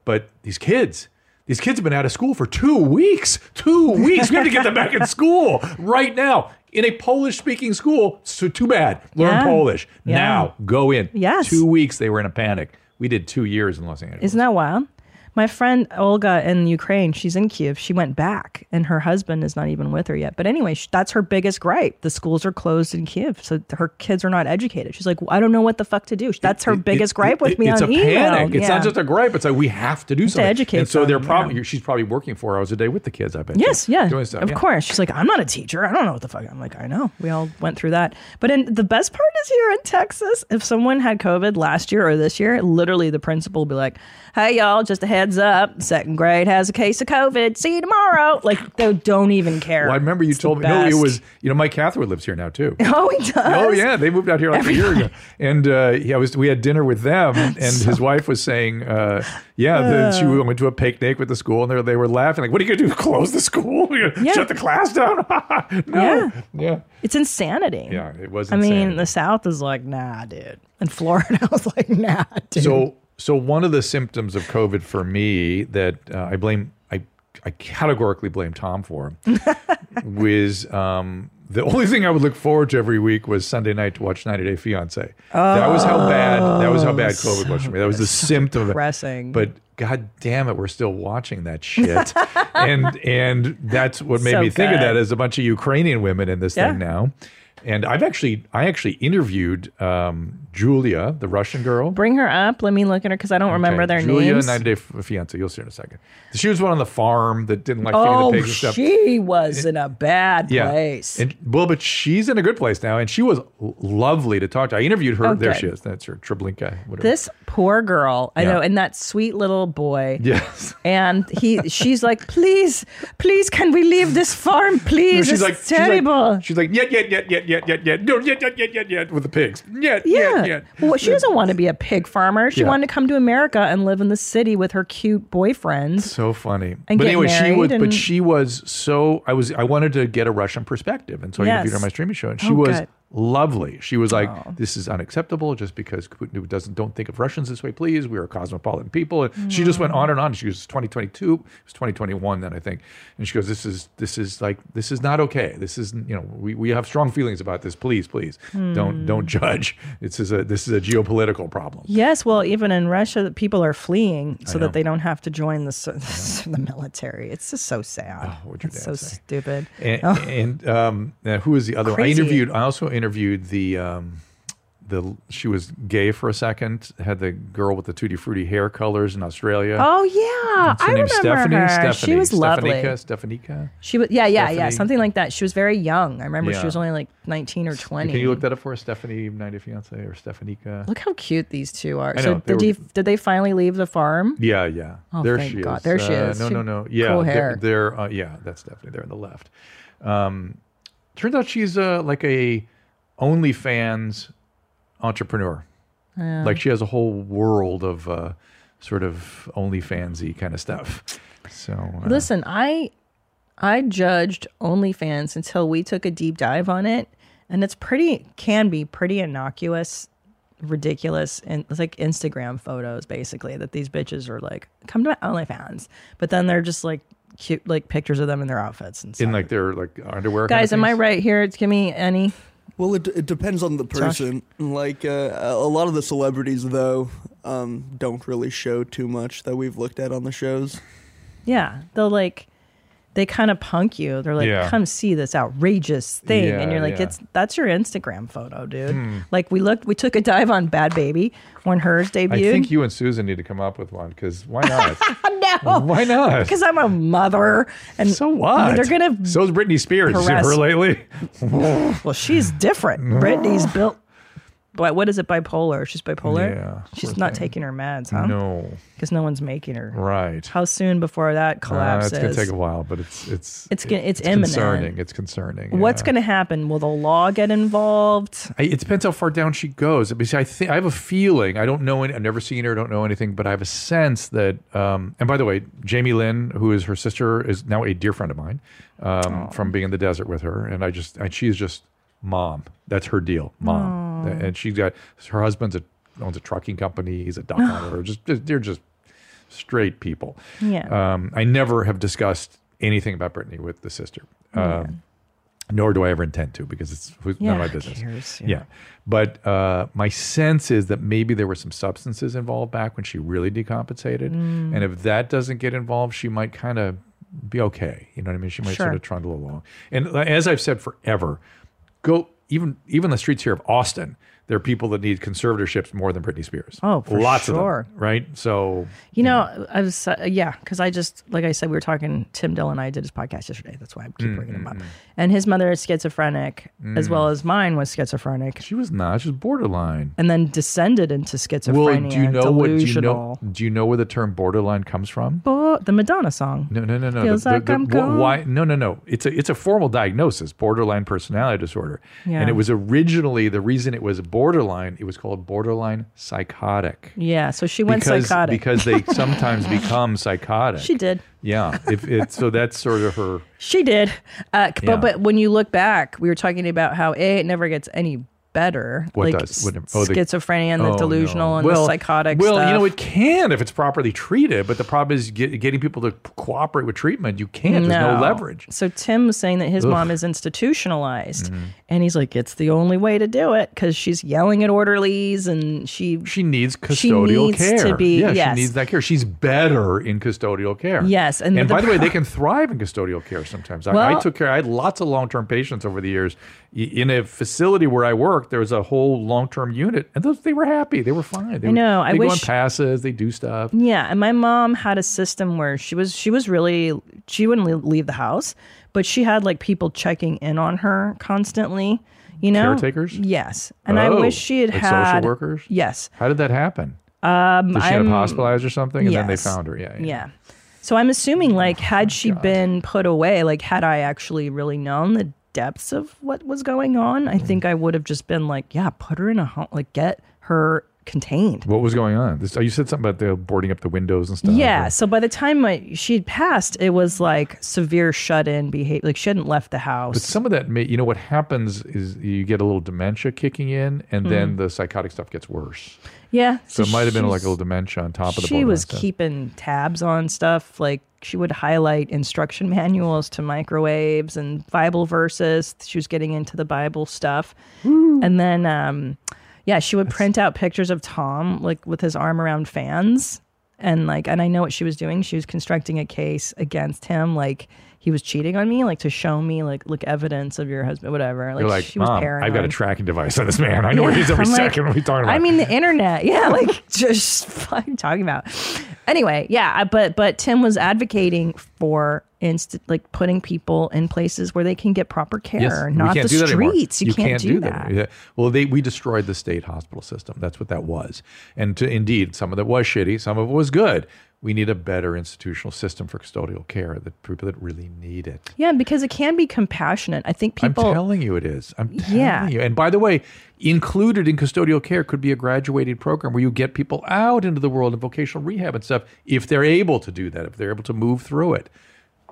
S1: But these kids." These kids have been out of school for two weeks. Two weeks. We have to get them back in school right now in a Polish speaking school. So too bad. Learn
S2: Yeah.
S1: Polish
S2: Yeah.
S1: now. Go in.
S2: Yes.
S1: Two weeks. They were in a panic. We did two years in Los Angeles.
S2: Isn't that wild? My friend Olga in Ukraine, she's in Kiev. She went back, and her husband is not even with her yet. But anyway, sh that's her biggest gripe. The schools are closed in Kiev, so her kids are not educated. She's like, I don't know what the fuck to do. That's her
S1: It-
S2: biggest gripe with
S1: it-
S2: me
S1: It's
S2: on
S1: a
S2: email.
S1: panic. It's
S2: Yeah.
S1: not just a gripe. It's like we have to do something.
S2: educate
S1: And so they're
S2: them,
S1: probably
S2: yeah.
S1: she's probably working four hours a day with the kids. I bet.
S2: Yes, yeah.
S1: Doing stuff.
S2: Of
S1: yeah.
S2: course. She's like, I'm not a teacher. I don't know what the fuck. I'm like, I know. We all went through that. But in, the best part is here in Texas, if someone had COVID last year or this year, literally the principal would be like, hey, y'all, just a heads up. Second grade has a case of COVID. See you tomorrow. Like, they don't even care.
S1: Well, I remember you
S2: It's the
S1: told me. No, it
S2: best.
S1: was. You know, Mike Catherwood lives here now too.
S2: Oh, he does.
S1: Oh yeah, they moved out here like a year ago, and uh, yeah, I was we had dinner with them, and his wife was saying, uh, yeah, the, she went to a picnic with the school, and they, they were laughing like, "What are you gonna do? Close the school? You're gonna
S2: Yeah.
S1: Shut the class down?" no,
S2: Yeah.
S1: yeah,
S2: It's insanity.
S1: yeah, it was.
S2: I
S1: insanity.
S2: mean, the South is like, nah, dude.
S4: In Florida, I was like, nah, dude.
S1: So, so one of the symptoms of COVID for me that uh, I blame, I, I categorically blame Tom for, was um, the only thing I would look forward to every week was Sunday night to watch 90 Day Fiance. that was how bad. That was how
S2: Oh,
S1: bad COVID was for me. That was the symptom. of it.
S2: depressing.
S1: But God damn it, we're still watching that shit, and and that's what made
S2: So
S1: me think of
S2: good.
S1: that as a bunch of Ukrainian women in this
S2: Yeah.
S1: thing now. And I've actually, I actually interviewed um, Julia, the Russian girl.
S2: Bring her up. Let me look at her because I don't remember
S1: Okay,
S2: their
S1: Julia
S2: names.
S1: Julia 90 Day F- Fiance. You'll see her in a second. She was one on the farm that didn't like feeding the
S2: Oh,
S1: pigs and stuff.
S2: she was in a bad
S1: yeah.
S2: place.
S1: And, well, but she's in a good place now, and she was l- lovely to talk to. I interviewed her. There
S2: good.
S1: she is. That's her Treblinka. Whatever.
S2: this poor girl i
S1: Yeah.
S2: know and that sweet little boy
S1: Yes.
S2: and he she's like please please can we leave this farm please
S1: she's
S2: it's
S1: like she's like-
S2: terrible
S1: She's like, yet, yet, yet, yet, yet, yet, yet, no, yet, yet, yet, yet, yet, with the pigs. Yet,
S2: yeah.
S1: yet, yet.
S2: Well, she doesn't want to be a pig farmer. She
S1: Yeah.
S2: wanted to come to America and live in the city with her cute boyfriend.
S1: So funny.
S2: And
S1: but
S2: get
S1: anyway, she
S2: married
S1: was but
S2: and-
S1: she was so I was I wanted to get a Russian perspective. And so I interviewed her on
S2: Yes.
S1: my streaming show and she
S2: Oh,
S1: was
S2: good. Oh.
S1: lovely. She was like, This is unacceptable just because Putin doesn't don't think of Russians this way, please. We are cosmopolitan people. And she just went on and on. She goes, twenty twenty two, it was twenty twenty one then I think. And she goes, This is this is like this is not okay. This isn't you know, we, we have strong feelings about this. Please, please don't don't judge. This is a this is a geopolitical problem.
S2: Yes, well, even in Russia, the people are fleeing so that they don't have to join the s- the military. It's just so sad.
S1: Oh, what'd your
S2: it's
S1: dad
S2: so
S1: say?
S2: stupid.
S1: and, and um, now who was the other
S2: Oh. Crazy.
S1: one? I interviewed. I also interviewed the um, the she was gay for a second. Had the girl with the tutti frutti hair colors in Australia.
S2: Oh yeah,
S1: Her
S2: I remember
S1: name's Stephanie.
S2: her.
S1: Stephanie.
S2: she was lovely.
S1: Stefanika. Stefanika.
S2: She was, yeah, yeah, yeah,
S1: Stephanie.
S2: something like that. She was very young. I remember
S1: Yeah.
S2: she was only like 19 or 20.
S1: Can you look that up for us? Stephanie, 90 Fiance, or Stefanika?
S2: Look how cute these two are.
S1: I
S2: so
S1: know, they
S2: did,
S1: were-
S2: you, did they finally leave the farm?
S1: Yeah, yeah.
S2: Oh,
S1: there
S2: thank
S1: she
S2: God.
S1: is.
S2: There she
S1: Uh,
S2: is.
S1: No,
S2: She-
S1: no, no. Yeah,
S2: cool
S1: they're-
S2: hair.
S1: they're, uh, yeah, that's Stephanie. They're on the left. Um, turns out she's uh, like a OnlyFans entrepreneur. Like she has a whole world of uh, sort of OnlyFansy kind of stuff. So uh,
S2: Listen, I I judged OnlyFans until we took a deep dive on it, and it's pretty can be pretty innocuous, ridiculous, and it's like Instagram photos basically that these bitches are like, come to my OnlyFans, but then they're just like cute like pictures of them in their outfits and stuff.
S1: in like their like underwear.
S2: Guys,
S1: kind
S2: am
S1: of
S2: I
S1: things.
S2: right here? It's give me any.
S5: Well, it, it depends on the person. Like uh, a lot of the celebrities, though, um, don't really show too much that we've looked at on the shows.
S2: Yeah, they'll like they kind of punk you. They're like,
S1: Yeah.
S2: "Come see this outrageous thing," and
S1: Yeah,
S2: you're like,
S1: yeah. Hmm.
S2: "It's that's your Instagram photo, dude." Like we looked, we took a dive on Bad Baby when hers debuted.
S1: I think you and Susan need to come up with one because why not?
S2: no,
S1: why not?
S2: because I'm a mother, and
S1: So what?
S2: They're gonna.
S1: So's Britney Spears. You see
S2: harass-
S1: her lately?
S2: well, she's different. Brittany's built what, what is it? Bipolar? She's bipolar.
S1: Yeah,
S2: She's
S1: poor
S2: not
S1: thing.
S2: taking her meds, huh?
S1: No,
S2: Because no one's making her.
S1: right.
S2: How soon before that
S1: Uh,
S2: collapses?
S1: it's gonna take a while, but it's it's
S2: It's gonna- it's imminent.
S1: Concerning. It's concerning.
S2: What's
S1: yeah.
S2: going to happen? Will the law get involved?
S1: I, it depends how far down she goes. I mean, see, I think I have a feeling. I don't know. Any, I've never seen her. I don't know anything, but I have a sense that. Um, and by the way, Jamie Lynn, who is her sister, is now a dear friend of mine um, from being in the desert with her, and I just and she's just mom. That's her deal, mom. And she's got her husband's a, owns a trucking company. He's a dock owner. Just, just they're just straight people.
S2: Yeah.
S1: Um, I never have discussed anything about Brittany with the sister.
S2: Oh,
S1: Um, nor do I ever intend to because it's who's none
S2: Yeah,
S1: of my
S2: who
S1: business.
S2: cares?
S1: Yeah. But uh, my sense is that maybe there were some substances involved back when she really decompensated.
S2: Mm.
S1: And if that doesn't get involved, she might kind of be okay. You know what I mean? She might
S2: Sure.
S1: sort of trundle along. And li- as I've said forever, go even even the streets here of Austin, there are people that need conservatorships more than Britney Spears.
S2: Oh, for
S1: Lots
S2: sure.
S1: of them, right? So
S2: You know, I was uh, yeah, because I just like I said, we were talking. Tim Dillon and I did his podcast yesterday. That's why I keep bringing him up.
S1: Mm-hmm.
S2: And his mother is schizophrenic, as
S1: Mm.
S2: well as mine was schizophrenic,
S1: she was not. She was borderline.
S2: and then descended into schizophrenia.
S1: do you know what? Do you know?
S2: delusional.
S1: Do you know where the term borderline comes from?
S2: Bo- the Madonna song.
S1: No, no, no, no.
S2: Feels like I'm
S1: wh-
S2: gone.
S1: Why? No, no, no. It's a it's a formal diagnosis, borderline personality disorder,
S2: Yeah.
S1: and it was originally the reason it was borderline. It was called borderline psychotic.
S2: Yeah, so she went
S1: because,
S2: psychotic.
S1: because they sometimes become psychotic.
S2: she did.
S1: Yeah. If it, so that's sort of her.
S2: She did. Uh, c-
S1: Yeah.
S2: But but when you look back, we were talking about how a it never gets any better.
S1: What
S2: like
S1: does? What-
S2: s-
S1: oh, the-
S2: schizophrenia and
S1: oh,
S2: the
S1: no.
S2: delusional and
S1: well,
S2: the psychotic.
S1: Well,
S2: stuff.
S1: you know, it can if it's properly treated, but the problem is get, getting people to cooperate with treatment. You can't. There's no leverage. Mm-hmm.
S2: So Tim was saying that his mom is institutionalized, and he's like, it's the only way to do it because she's yelling at orderlies, and she,
S1: She needs custodial
S2: needs
S1: care.
S2: to be-
S1: yeah,
S2: yes.
S1: she needs that care. She's better in custodial care.
S2: Yes, and
S1: and,
S2: the
S1: by the way,
S2: pro-
S1: they can thrive in custodial care sometimes. I- I,
S2: Well-
S1: took care. I had lots of long-term patients over the years Y- in a facility where I worked. There was a whole long-term unit, and those they were happy. They were fine. They
S2: I
S1: were-
S2: know. I
S1: they go on
S2: wish-
S1: passes. They do stuff.
S2: yeah. And my mom had a system where she was she was really she wouldn't le- leave the house, but she had like people checking in on her constantly. You know,
S1: Caretakers?
S2: Yes, and I
S1: Oh,
S2: wish she had
S1: like social
S2: had
S1: workers?
S2: Yes,
S1: How did that happen? Um, Did she end
S2: I'm-
S1: up hospitalized or something? And then they
S2: Yes.
S1: found her. Yeah.
S2: Yeah. So I'm assuming, like, had she been put away, like, had I actually really known the depths of what was going on,
S1: Mm-hmm.
S2: I think I would have just been like, yeah, put her in a home, like, get her contained.
S1: What was going on? This, oh, you said something about the boarding up the windows and stuff.
S2: Yeah. So by the time my, she had passed, it was like severe shut in behavior. Like, she hadn't left the
S1: But
S2: house.
S1: some of that may, you know, what happens is you get a little dementia kicking in, and
S2: Mm.
S1: then the psychotic stuff gets worse.
S2: yeah.
S1: So it might have been like a
S2: she's-
S1: little dementia on top of the.
S2: she was
S1: borderline stuff.
S2: keeping tabs on stuff like she would highlight instruction manuals to microwaves and bible verses she was getting into the bible stuff and then um yeah she would print out pictures of tom like with his arm around fans and like and i know what she was doing she was constructing a case against him like he was cheating on me like to show me like look evidence of your husband whatever like,
S1: You're like,
S2: she was
S1: Mom,
S2: paranoid
S1: I've got a tracking device on this man. I know where he's every
S2: I'm like,
S1: second. What are we talking about?
S2: I mean, the internet. Yeah, like just fucking talking about. Anyway, yeah, I- but but Tim was advocating for instant, like putting people in places where they can get proper care,
S1: we
S2: not the
S1: can't do that anymore.
S2: streets. You, can't, do that.
S1: Yeah. Well, they we destroyed the state hospital system. That's what that was. And to, indeed, some of that was shitty. Some of it was good. We need a better institutional system for custodial care. The people that really need it.
S2: Yeah, because it can be compassionate. I think people.
S1: I'm telling you, it is. I'm telling
S2: Yeah.
S1: you. And by the way, included in custodial care could be a graduated program where you get people out into the world of vocational rehab and stuff if they're able to do that, if they're able to move through it.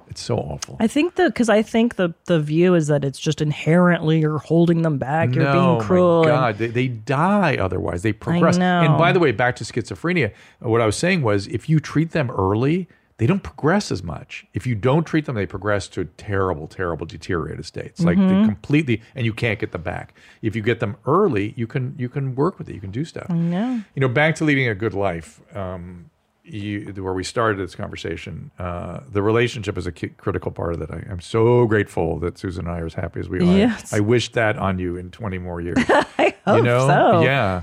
S1: It's so awful.
S2: I think the because I think the the view is that it's just inherently you're holding them back. You're
S1: no,
S2: being cruel.
S1: My God,
S2: and-
S1: they, they die otherwise. They progress. And
S2: know.
S1: by the way, back to schizophrenia, uh, what I was saying was if you treat them early, they don't progress as much. If you don't treat them, they progress to terrible, terrible deteriorated states, like
S2: Mm-hmm.
S1: they completely, and you can't get them back. If you get them early, you can you can work with it. You can do stuff. No, you know, back to leading a good life. Um, you, where we started this conversation, uh, the relationship is a ki- critical part of that. I, I'm so grateful that Susan and I are as happy as we are.
S2: Yes.
S1: I wish that on you in 20 more years.
S2: I hope
S1: you know?
S2: so.
S1: Yeah.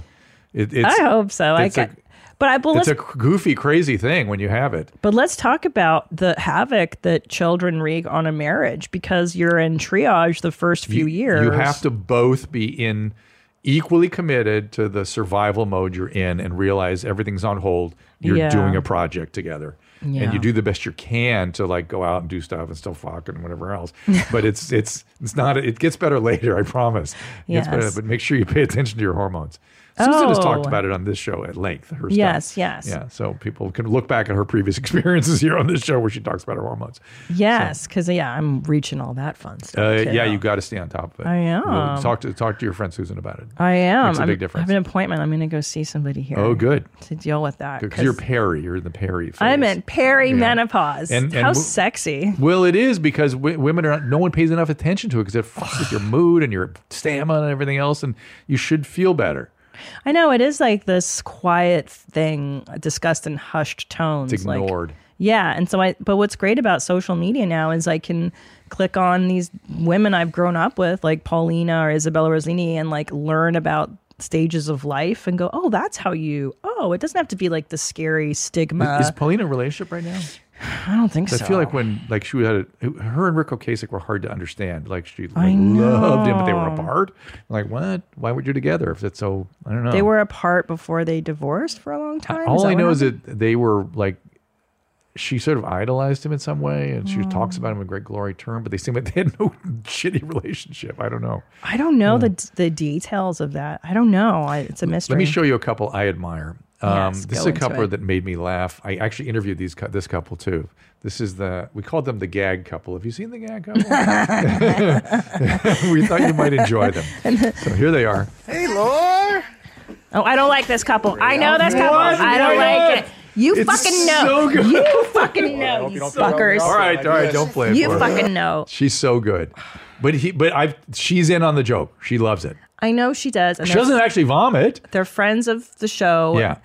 S1: It, it's,
S2: I hope so. I
S1: it's a-
S2: got. But I but
S1: It's
S2: let's
S1: a goofy, crazy thing when you have it.
S2: But let's talk about the havoc that children wreak on a marriage because you're in triage the first few
S1: You-
S2: years.
S1: You have to both be in equally committed to the survival mode you're in and realize everything's on hold. You're
S2: Yeah.
S1: doing a project together.
S2: Yeah.
S1: And you do the best you can to like go out and do stuff and still fuck and whatever else. But it's it's it's not it gets better later, I promise. It gets better,
S2: Yes.
S1: but make sure you pay attention to your hormones. Susan has talked
S2: Oh.
S1: about it on this show at length. Her
S2: Yes,
S1: stuff.
S2: yes.
S1: Yeah. So people can look back at her previous experiences here on this show where she talks about her hormones.
S2: Yes, because yeah, I'm reaching all that fun stuff.
S1: Uh,
S2: too.
S1: yeah, you got to stay on top of it.
S2: I am.
S1: We'll talk to talk to your friend Susan about it.
S2: I am.
S1: Makes a
S2: I'm-
S1: big difference.
S2: I have an appointment. I'm going to go see somebody here.
S1: oh, good.
S2: To deal with that.
S1: Because you're Perry. You're in the Perry phase.
S2: I'm in perimenopause.
S1: And- and
S2: How
S1: w-
S2: sexy.
S1: Well, it is because w- women are not, no one pays enough attention to it because it fucks with your mood and your stamina and everything else, and you should feel better.
S2: I know it is like this quiet thing discussed in hushed tones.
S1: It's
S2: like-
S1: ignored.
S2: yeah. And so I, but what's great about social media now is I can click on these women I've grown up with, like Paulina or Isabella Rossini, and like learn about stages of life and go, oh, that's how you, oh, it doesn't have to be like the scary stigma.
S1: is Paulina in a relationship right now?
S2: I don't think Uh, so.
S1: I feel like when like she had a, her and Rico Kasich were hard to understand. Like she
S2: I
S1: loved him, but they were
S2: know.
S1: apart. Like what? Why were you together if it's so? I don't know.
S2: They were apart before they divorced for a long time.
S1: All
S2: that
S1: I
S2: what
S1: know is
S2: happened?
S1: that they were like, she sort of idolized him in some way, and
S2: Hmm.
S1: she talks about him in great glory term. But they seem like they had no shitty relationship. I don't know.
S2: I don't know the the details of that. I don't know. I, it's a mystery.
S1: Let me show you a couple I admire. Um,
S2: Yes,
S1: this
S2: go
S1: is a
S2: into
S1: couple
S2: it.
S1: that made me laugh. I actually interviewed these cou- this couple too. This is the we called them the gag couple. Have you seen the gag couple? we thought you might enjoy them. So here they are.
S5: Hey, Lore.
S2: Oh, I don't like this couple. I know this couple. I don't like it. You
S1: It's
S2: fucking know.
S1: so good.
S2: You fucking know, you fuckers.
S1: All right, all right, don't play it.
S2: You
S1: for her.
S2: fucking know.
S1: She's so good, but he, but I, she's in on the joke. She loves it.
S2: I know she does. And
S1: She
S2: they're,
S1: doesn't actually vomit.
S2: they're friends of the show.
S1: Yeah,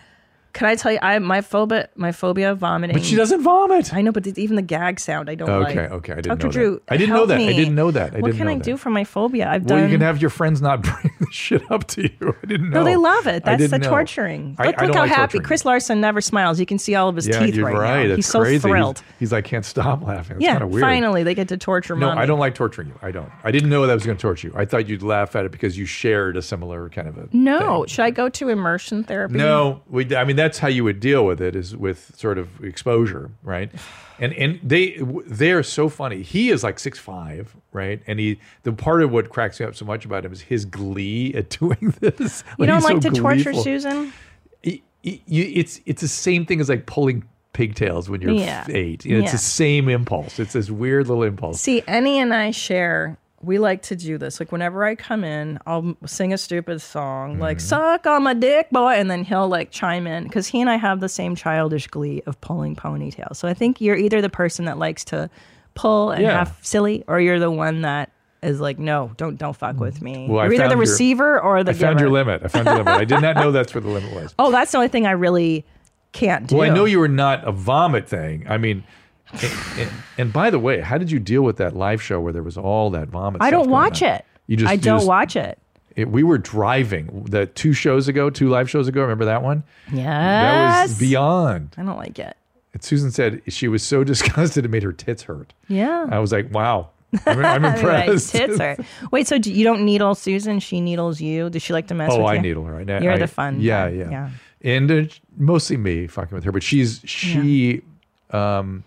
S2: Can I tell you? I my phobia, my phobia of vomiting.
S1: but she doesn't vomit.
S2: I know, but it's even the gag sound I don't like.
S1: Okay, okay, I didn't
S2: Dr.
S1: know that.
S2: Drew,
S1: I didn't know
S2: help
S1: that. I
S2: Me.
S1: didn't know that. I
S2: what
S1: didn't
S2: can
S1: know
S2: I
S1: that.
S2: do for my phobia? I've
S1: Well,
S2: done.
S1: you can have your friends not bring the shit up to you. I didn't know.
S2: No, they love it.
S1: I
S2: That's the
S1: didn't know.
S2: torturing.
S1: I-
S2: look
S1: I
S2: look
S1: don't
S2: how
S1: like
S2: happy
S1: torturing.
S2: Chris Larson never smiles. You can see all of his
S1: Yeah,
S2: teeth
S1: you're
S2: right,
S1: right.
S2: now.
S1: It's
S2: He's so
S1: crazy. He's-
S2: thrilled.
S1: He's, like, can't stop laughing. It's
S2: yeah,
S1: kind of weird.
S2: finally they get to torture
S1: No,
S2: mommy.
S1: I don't like torturing you. I don't. I didn't know that was going to torture you. I thought you'd laugh at it because you shared a similar kind of a.
S2: No,
S1: thing.
S2: should I go to immersion therapy?
S1: No, we. I mean, that's how you would deal with it is with sort of exposure, right? And and they they are so funny. He is like six five, right? And he the part of what cracks me up so much about him is his glee at doing this.
S2: You don't
S1: he's so
S2: like to torture
S1: gleeful.
S2: Susan?
S1: y- y- you, it's it's the same thing as like pulling pigtails when you're
S2: Yeah.
S1: eight. You know, It's
S2: Yeah.
S1: the same impulse. It's this weird little impulse.
S2: See, Annie and I share. We like to do this. Like whenever I come in, I'll sing a stupid song, like
S1: Mm-hmm.
S2: "Suck on my dick, boy," and then he'll like chime in because he and I have the same childish glee of pulling ponytails. So I think you're either the person that likes to pull and
S1: Yeah.
S2: have silly, or you're the one that is like, "No, don't don't fuck with me."
S1: Mm. Well, I
S2: you're either
S1: found
S2: the
S1: your-
S2: receiver or the
S1: I found your
S2: giver.
S1: limit. I found your limit. I did not know that's where the limit was.
S2: Oh, that's the only thing I really can't do.
S1: Well, I know you were not a vomit thing. I mean, and, and, and by the way, how did you deal with that live show where there was all that vomit?
S2: I
S1: stuff
S2: don't
S1: going
S2: watch
S1: on?
S2: it.
S1: You just
S2: I
S1: you
S2: don't
S1: just-
S2: watch it.
S1: it- We were driving the two shows ago, two live shows ago. Remember that one?
S2: Yes.
S1: That was beyond.
S2: I don't like it.
S1: And Susan said she was so disgusted it made her tits hurt.
S2: Yeah.
S1: I was like, wow, I'm, I'm
S2: Right,
S1: impressed.
S2: tits are. Wait, so do, you don't needle Susan? She needles you. Does she like to mess
S1: Oh,
S2: with
S1: I
S2: you?
S1: needle her. I,
S2: You're
S1: I,
S2: the fun
S1: Yeah,
S2: guy.
S1: yeah,
S2: Yeah.
S1: And uh, mostly me fucking with her, but she's she. Um,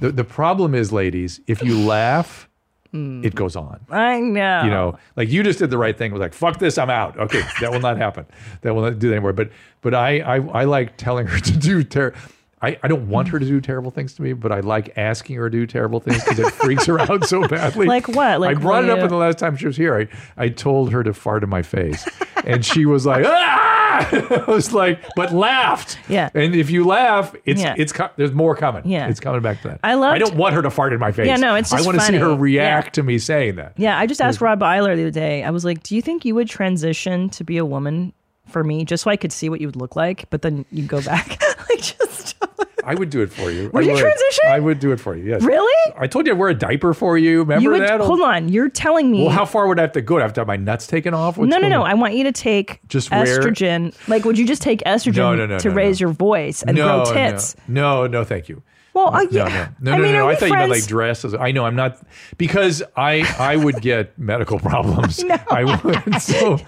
S1: the the problem is, ladies, if you laugh, it goes on.
S2: I know.
S1: You know, like you just did the right thing. Was like, fuck this, I'm out. Okay, that will not happen. That will not do that anymore. But but I I, I like telling her to do ter I, I don't want her to do terrible things to me, but I like asking her to do terrible things because it freaks her out so badly.
S2: Like what? Like
S1: I brought it
S2: when
S1: up
S2: you-
S1: in the last time she was here. I, I told her to fart in my face, and she was like, ah! I was like, but laughed.
S2: Yeah.
S1: And if you laugh, it's
S2: Yeah.
S1: it's co- there's more coming.
S2: Yeah.
S1: It's coming back to that.
S2: I
S1: I
S2: loved-
S1: don't want her to fart in my face.
S2: Yeah, no, it's
S1: I
S2: just
S1: want to see
S2: funny.
S1: her
S2: Yeah.
S1: react to me saying that.
S2: Yeah, I just asked Rob Eiler the other day. I was like, "Do you think you would transition to be a woman for me, just so I could see what you would look like?" But then you go back. like just
S1: I would do it for you.
S2: Would
S1: I
S2: you transition?
S1: I would do it for you. Yes.
S2: really.
S1: I told you I'd wear a diaper for you. Remember
S2: You would
S1: that?
S2: hold on. You're telling me.
S1: Well, how far would I have to go? Do I have to have my nuts taken off? What's
S2: no, no,
S1: going
S2: no.
S1: on?
S2: I want you to take
S1: Just wear-
S2: estrogen. Like, would you just take estrogen
S1: No, no, no,
S2: to
S1: no,
S2: raise
S1: no.
S2: your voice and
S1: no,
S2: grow tits?
S1: No, no, no, thank you.
S2: Well, I,
S1: No,
S2: yeah.
S1: no, no,
S2: I
S1: no,
S2: mean,
S1: no,
S2: are
S1: no.
S2: we
S1: I thought you meant like
S2: friends?
S1: dresses. I know I'm not because I I would get medical problems. I would so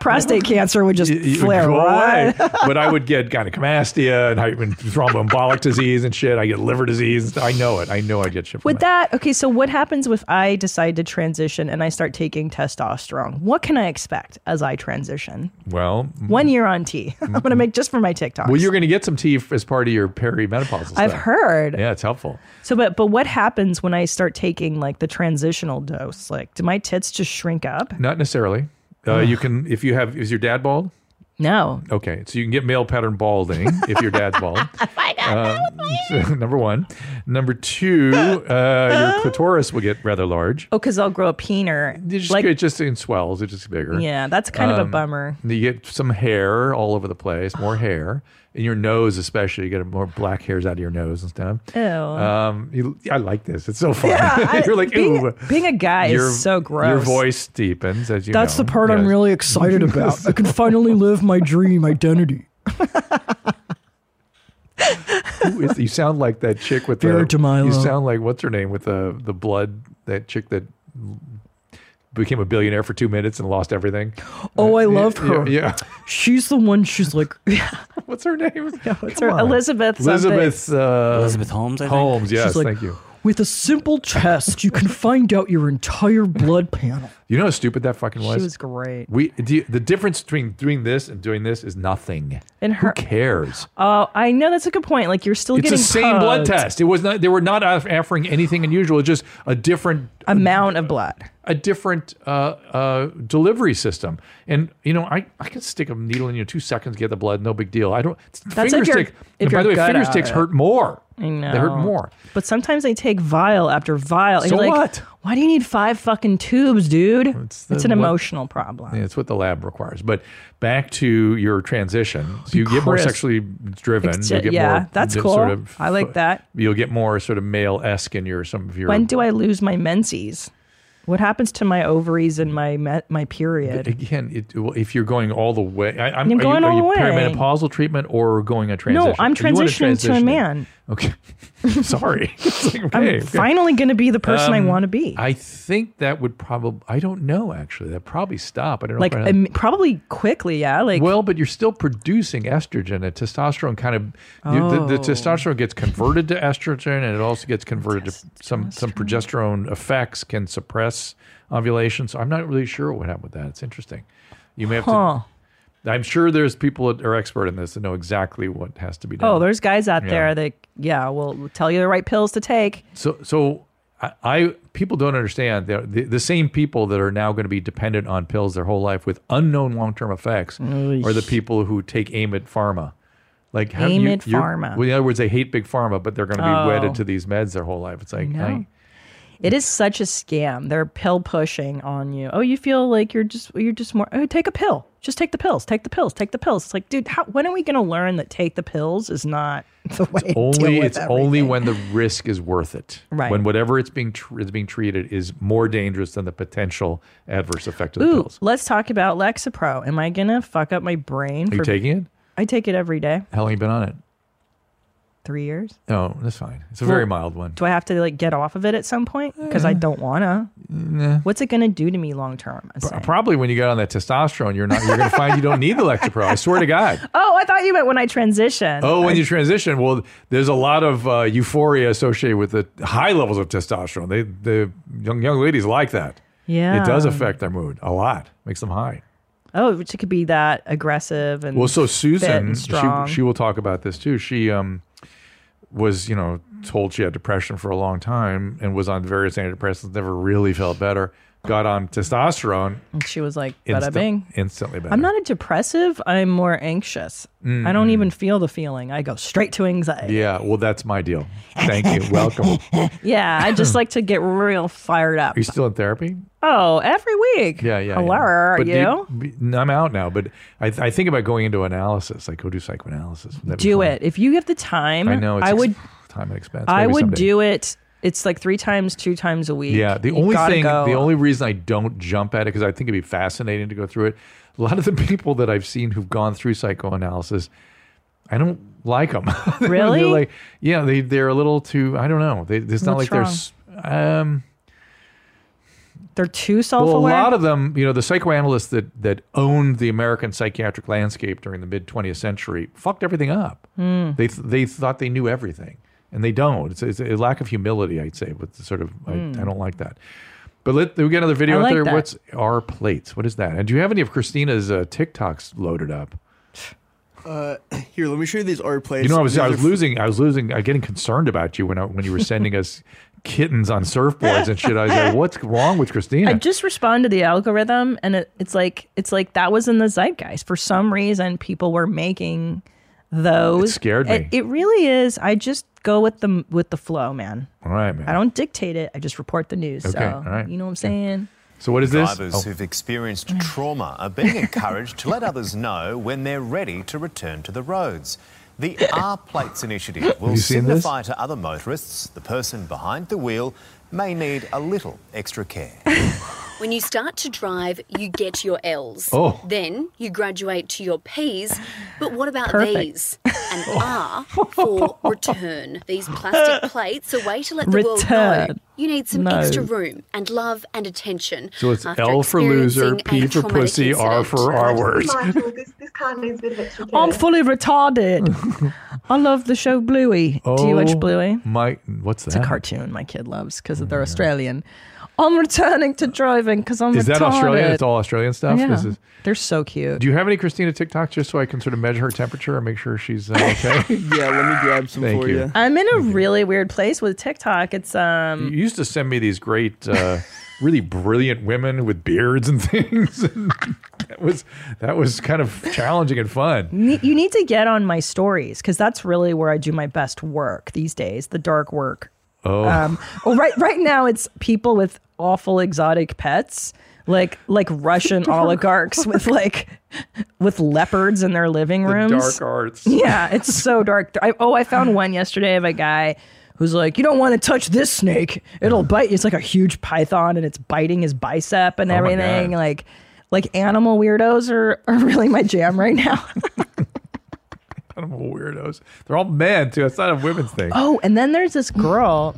S4: prostate cancer would just
S1: it- it would
S4: flare
S1: go
S4: right.
S1: away. But I would get gynecomastia and, hy- and thromboembolic disease and shit. I get liver disease. I know it. I know I get shit. From
S2: With that, okay, so what happens if I decide to transition and I start taking testosterone? What can I expect as I transition?
S1: Well,
S2: One year on T. I'm going to make just for my TikToks.
S1: Mm-hmm. well, you're going to get some tea f- as part of your perimenopausal stuff.
S2: I've heard.
S1: Yeah, it's helpful.
S2: So, but but what happens when I start taking like the transitional dose? Like, do my tits just shrink up?
S1: Not necessarily. Uh, you can if you have is your dad bald?
S2: No.
S1: Okay, so you can get male pattern balding if your dad's bald. Um, number one, number two, uh, your clitoris will get rather large.
S2: Oh, because I'll grow a peener.
S1: It just, Um,
S2: like,
S1: it just it swells. It just bigger.
S2: yeah, that's kind of a bummer.
S1: You get some hair all over the place, more hair in your nose, especially. You get more black hairs out of your nose and stuff.
S2: Ew.
S1: Um, you, I like this. It's so fun.
S2: Uh. Yeah, I-
S1: You're like,
S2: being,
S1: ooh.
S2: being a guy
S1: Your-
S2: is so gross.
S1: Your voice deepens as you.
S4: That's
S1: know.
S4: the part I'm
S1: Yes.
S4: really excited about. I can finally live my dream identity.
S1: Who is- you sound like that chick with
S4: Vera
S1: the.
S4: DeMilo.
S1: You sound like what's her name with the the blood that chick that became a billionaire for two minutes and lost everything.
S4: Oh, I love
S1: Uh, Yeah,
S4: her.
S1: Yeah.
S4: She's the one. She's like,
S1: What's her name?
S2: It's
S1: Come
S2: her-
S1: on.
S2: Elizabeth. something.
S1: Elizabeth. Uh,
S6: Elizabeth Holmes, I think.
S1: Holmes. Yes.
S4: she's like,
S1: thank you.
S4: With a simple test, you can find out your entire blood panel.
S1: You know how stupid that fucking was.
S2: She was great.
S1: we do you- the difference between doing this and doing this is nothing.
S2: And her-
S1: Who cares?
S2: Oh, I know that's a good point. Like you're still
S1: it's
S2: getting
S1: the same blood
S2: pugged.
S1: test. It was not. They were not off- offering anything unusual. It's just a different
S2: amount of blood.
S1: a different uh, uh, delivery system. And you know, I, I can stick a needle in you in two seconds, get the blood, no big deal. I don't
S2: if
S1: finger
S2: you're-
S1: stick.
S2: if
S1: And by
S2: you're
S1: the way,
S2: good
S1: finger
S2: at
S1: sticks
S2: it.
S1: hurt more.
S2: I know
S1: They hurt more.
S2: But sometimes they take vial after vial. and
S1: So
S2: you're like,
S1: what?
S2: Why do you need five fucking tubes, dude? It's,
S1: the
S2: an
S1: one-
S2: emotional problem.
S1: Yeah, it's what the lab requires. But back to your transition, so you get more
S2: Chris.
S1: sexually driven.
S2: Ex-
S1: you'll get
S2: yeah,
S1: more
S2: that's
S1: di-
S2: cool.
S1: Sort of,
S2: I like that.
S1: You'll get more sort of male esque in your some of your.
S2: When do I lose my menses? What happens to my ovaries and my me- my period?
S1: Again, it, well, if you're going all the way, I, I'm
S2: I'm
S1: are
S2: going
S1: you,
S2: all
S1: are you
S2: the way.
S1: perimenopausal treatment or going a transition?
S2: no, I'm
S1: You want
S2: transitioning to a
S1: transition.
S2: man.
S1: Okay. Sorry. It's like,
S2: I'm
S1: okay, okay.
S2: finally going to be the person I want to be.
S1: Um, I think that would probably, I don't know actually. That probably stop. I don't know.
S2: like
S1: if I-
S2: im- probably quickly, yeah. Like
S1: well, but you're still producing estrogen and testosterone kind of, you,
S2: Oh.
S1: the, the testosterone gets converted to estrogen and it also gets converted to some, some progesterone effects can suppress ovulation. So I'm not really sure what happened with that. It's interesting. You may have
S2: huh.
S1: to, I'm sure there's people that are expert in this and know exactly what has to be done.
S2: Oh, there's guys out
S1: Yeah.
S2: there that yeah will tell you the right pills to take.
S1: So, so I, I people don't understand that the, the same people that are now going to be dependent on pills their whole life with unknown long term effects are the people who take aim at pharma. Like how do you-
S2: Aim at
S1: you're-
S2: pharma.
S1: Well, in other words, they hate big pharma, but they're going to be
S2: Oh.
S1: wedded to these meds their whole life. It's like
S2: know.
S1: I-
S2: It is such a scam. They're pill pushing on you. Oh, you feel like you're just you're just more. Oh, take a pill. Just take the pills. Take the pills. Take the pills. It's like, dude, how, when are we going to learn that take the pills is not the way to deal
S1: only
S2: with
S1: it's only
S2: everything?
S1: when the risk is worth it.
S2: Right.
S1: When whatever it's being tr- is being treated is more dangerous than the potential adverse effect of the
S2: Ooh,
S1: pills.
S2: let's talk about Lexapro. Am I gonna fuck up my brain?
S1: Are you
S2: For,
S1: taking it?
S2: I take it every day.
S1: How long you been on it?
S2: Three years.
S1: Oh, that's fine. It's a very mild one.
S2: Do I have to like get off of it at some point? Because I don't wanna.
S1: Mm,
S2: What's it gonna do to me long term? I'm saying.
S1: Probably when you get on that testosterone, you're not. You're going to find you don't need the Lexapro. I swear to God.
S2: Oh, I thought you meant when I transition.
S1: Oh, when you transition, well, there's a lot of uh, euphoria associated with the high levels of testosterone. They, the young young ladies like that.
S2: yeah.
S1: It does affect their mood a lot. Makes them high.
S2: Oh, which it could be that aggressive and
S1: Well, so Susan,
S2: and strong.
S1: she, she will talk about this too. She um, was, you know, told she had depression for a long time and was on various antidepressants. Never really felt better. Got on testosterone.
S2: And she was like, "Bada
S1: instant-
S2: bing."
S1: Instantly better.
S2: I'm not a depressive. I'm more anxious. I
S1: Mm.
S2: don't even feel the feeling. I go straight to anxiety.
S1: Yeah, well, that's my deal. Thank you. Welcome.
S2: Yeah, I just like to get real fired up.
S1: Are you still in therapy?
S2: Oh, every week.
S1: Yeah, yeah.
S2: Hello,
S1: yeah.
S2: are
S1: But do
S2: you?
S1: b- no, I'm out now, but I, th- I think about going into analysis. Like, go do psychoanalysis. That'd be
S2: Do
S1: fun.
S2: it if you have the time.
S1: I know. It's
S2: I
S1: ex-
S2: would.
S1: time and expense.
S2: I
S1: Maybe
S2: would
S1: someday.
S2: do it. It's like three times, two times a week.
S1: Yeah, the
S2: You
S1: only
S2: gotta
S1: thing,
S2: go.
S1: the only reason I don't jump at it because I think it'd be fascinating to go through it. A lot of the people that I've seen who've gone through psychoanalysis, I don't like them.
S2: Really?
S1: they're like, yeah, they they're a little too. I don't know. They, it's not like
S2: What's
S1: they're. s- Um,
S2: they're too
S1: well, a
S2: self-aware.
S1: lot of them, you know, the psychoanalysts that that owned the American psychiatric landscape during the mid 20th century fucked everything up.
S2: Hmm.
S1: They th- they thought they knew everything, and they don't. It's, it's a lack of humility, I'd say. With the sort of, I, I don't like that. But let we got another video
S2: Hmm. I
S1: out
S2: like
S1: there.
S2: that.
S1: What's our plates? What is that? And do you have any of Christina's uh, TikToks loaded up?
S5: Here, let me show you these art plates.
S1: You know, I was
S5: These
S1: I
S5: are
S1: was losing I was losing I was getting concerned about you when I, when you were sending us kittens on surfboards and shit. I was like, what's wrong with Christina?
S2: I just respond to the algorithm, and it, it's like it's like that was in the zeitgeist for some reason. People were making those.
S1: It scared me.
S2: It, it really is. I just go with the with the flow, man.
S1: All right, man.
S2: I don't dictate it. I just report the news.
S1: Okay,
S2: so
S1: all right.
S2: you know what I'm saying.
S1: so what is this?
S6: Drivers
S1: Oh.
S6: who've experienced trauma are being encouraged to let others know when they're ready to return to the roads. The R Plates initiative will
S1: you seen this?
S6: signify to other motorists the person behind the wheel may need a little extra care.
S7: When you start to drive, you get your L's.
S1: Oh.
S7: Then you graduate to your P's. But what about
S2: Perfect.
S7: these? An R for return. These plastic plates are a way to let the world know
S2: Return.
S7: you need some
S2: No.
S7: extra room and love and attention.
S1: So it's
S7: after
S1: L for loser,
S7: experiencing
S1: P
S7: a
S1: for
S7: traumatic
S1: pussy, R
S7: incident.
S1: for R words.
S8: Michael, this, this kind of is a bit of extra
S2: I'm
S8: care.
S2: fully retarded. I love the show Bluey. Do you
S1: Oh,
S2: watch Bluey?
S1: My, what's that?
S2: It's a cartoon my kid
S1: Oh
S2: loves because they're Australian. I'm returning to driving because I'm
S1: Is
S2: retarded.
S1: that Australian? It's all Australian stuff.
S2: Yeah.
S1: This is-
S2: They're so cute.
S1: do you have any Christina TikToks just so I can sort of measure her temperature and make sure she's uh, okay?
S5: Yeah, let me grab some
S1: Thank
S5: for
S1: you.
S5: you.
S2: I'm in a really weird place with TikTok. It's um
S1: you used to send me these great, uh, really brilliant women with beards and things. And that was that was kind of challenging and fun.
S2: Ne- you need to get on my stories because that's really where I do my best work these days, the dark work.
S1: Oh,
S2: Um, well, right right now it's people with awful exotic pets, like like Russian oligarchs with like with leopards in their living
S1: the
S2: rooms.
S1: dark arts.
S2: Yeah, it's so dark. I, oh, I found one yesterday of a guy who's like, "You don't want to touch this snake; it'll bite you." It's like a huge python, and it's biting his bicep and
S1: Oh my
S2: everything.
S1: God.
S2: Like, like animal weirdos are, are really my jam right now.
S1: Animal weirdos. They're all men too. It's not a women's thing.
S2: Oh, and then there's this girl.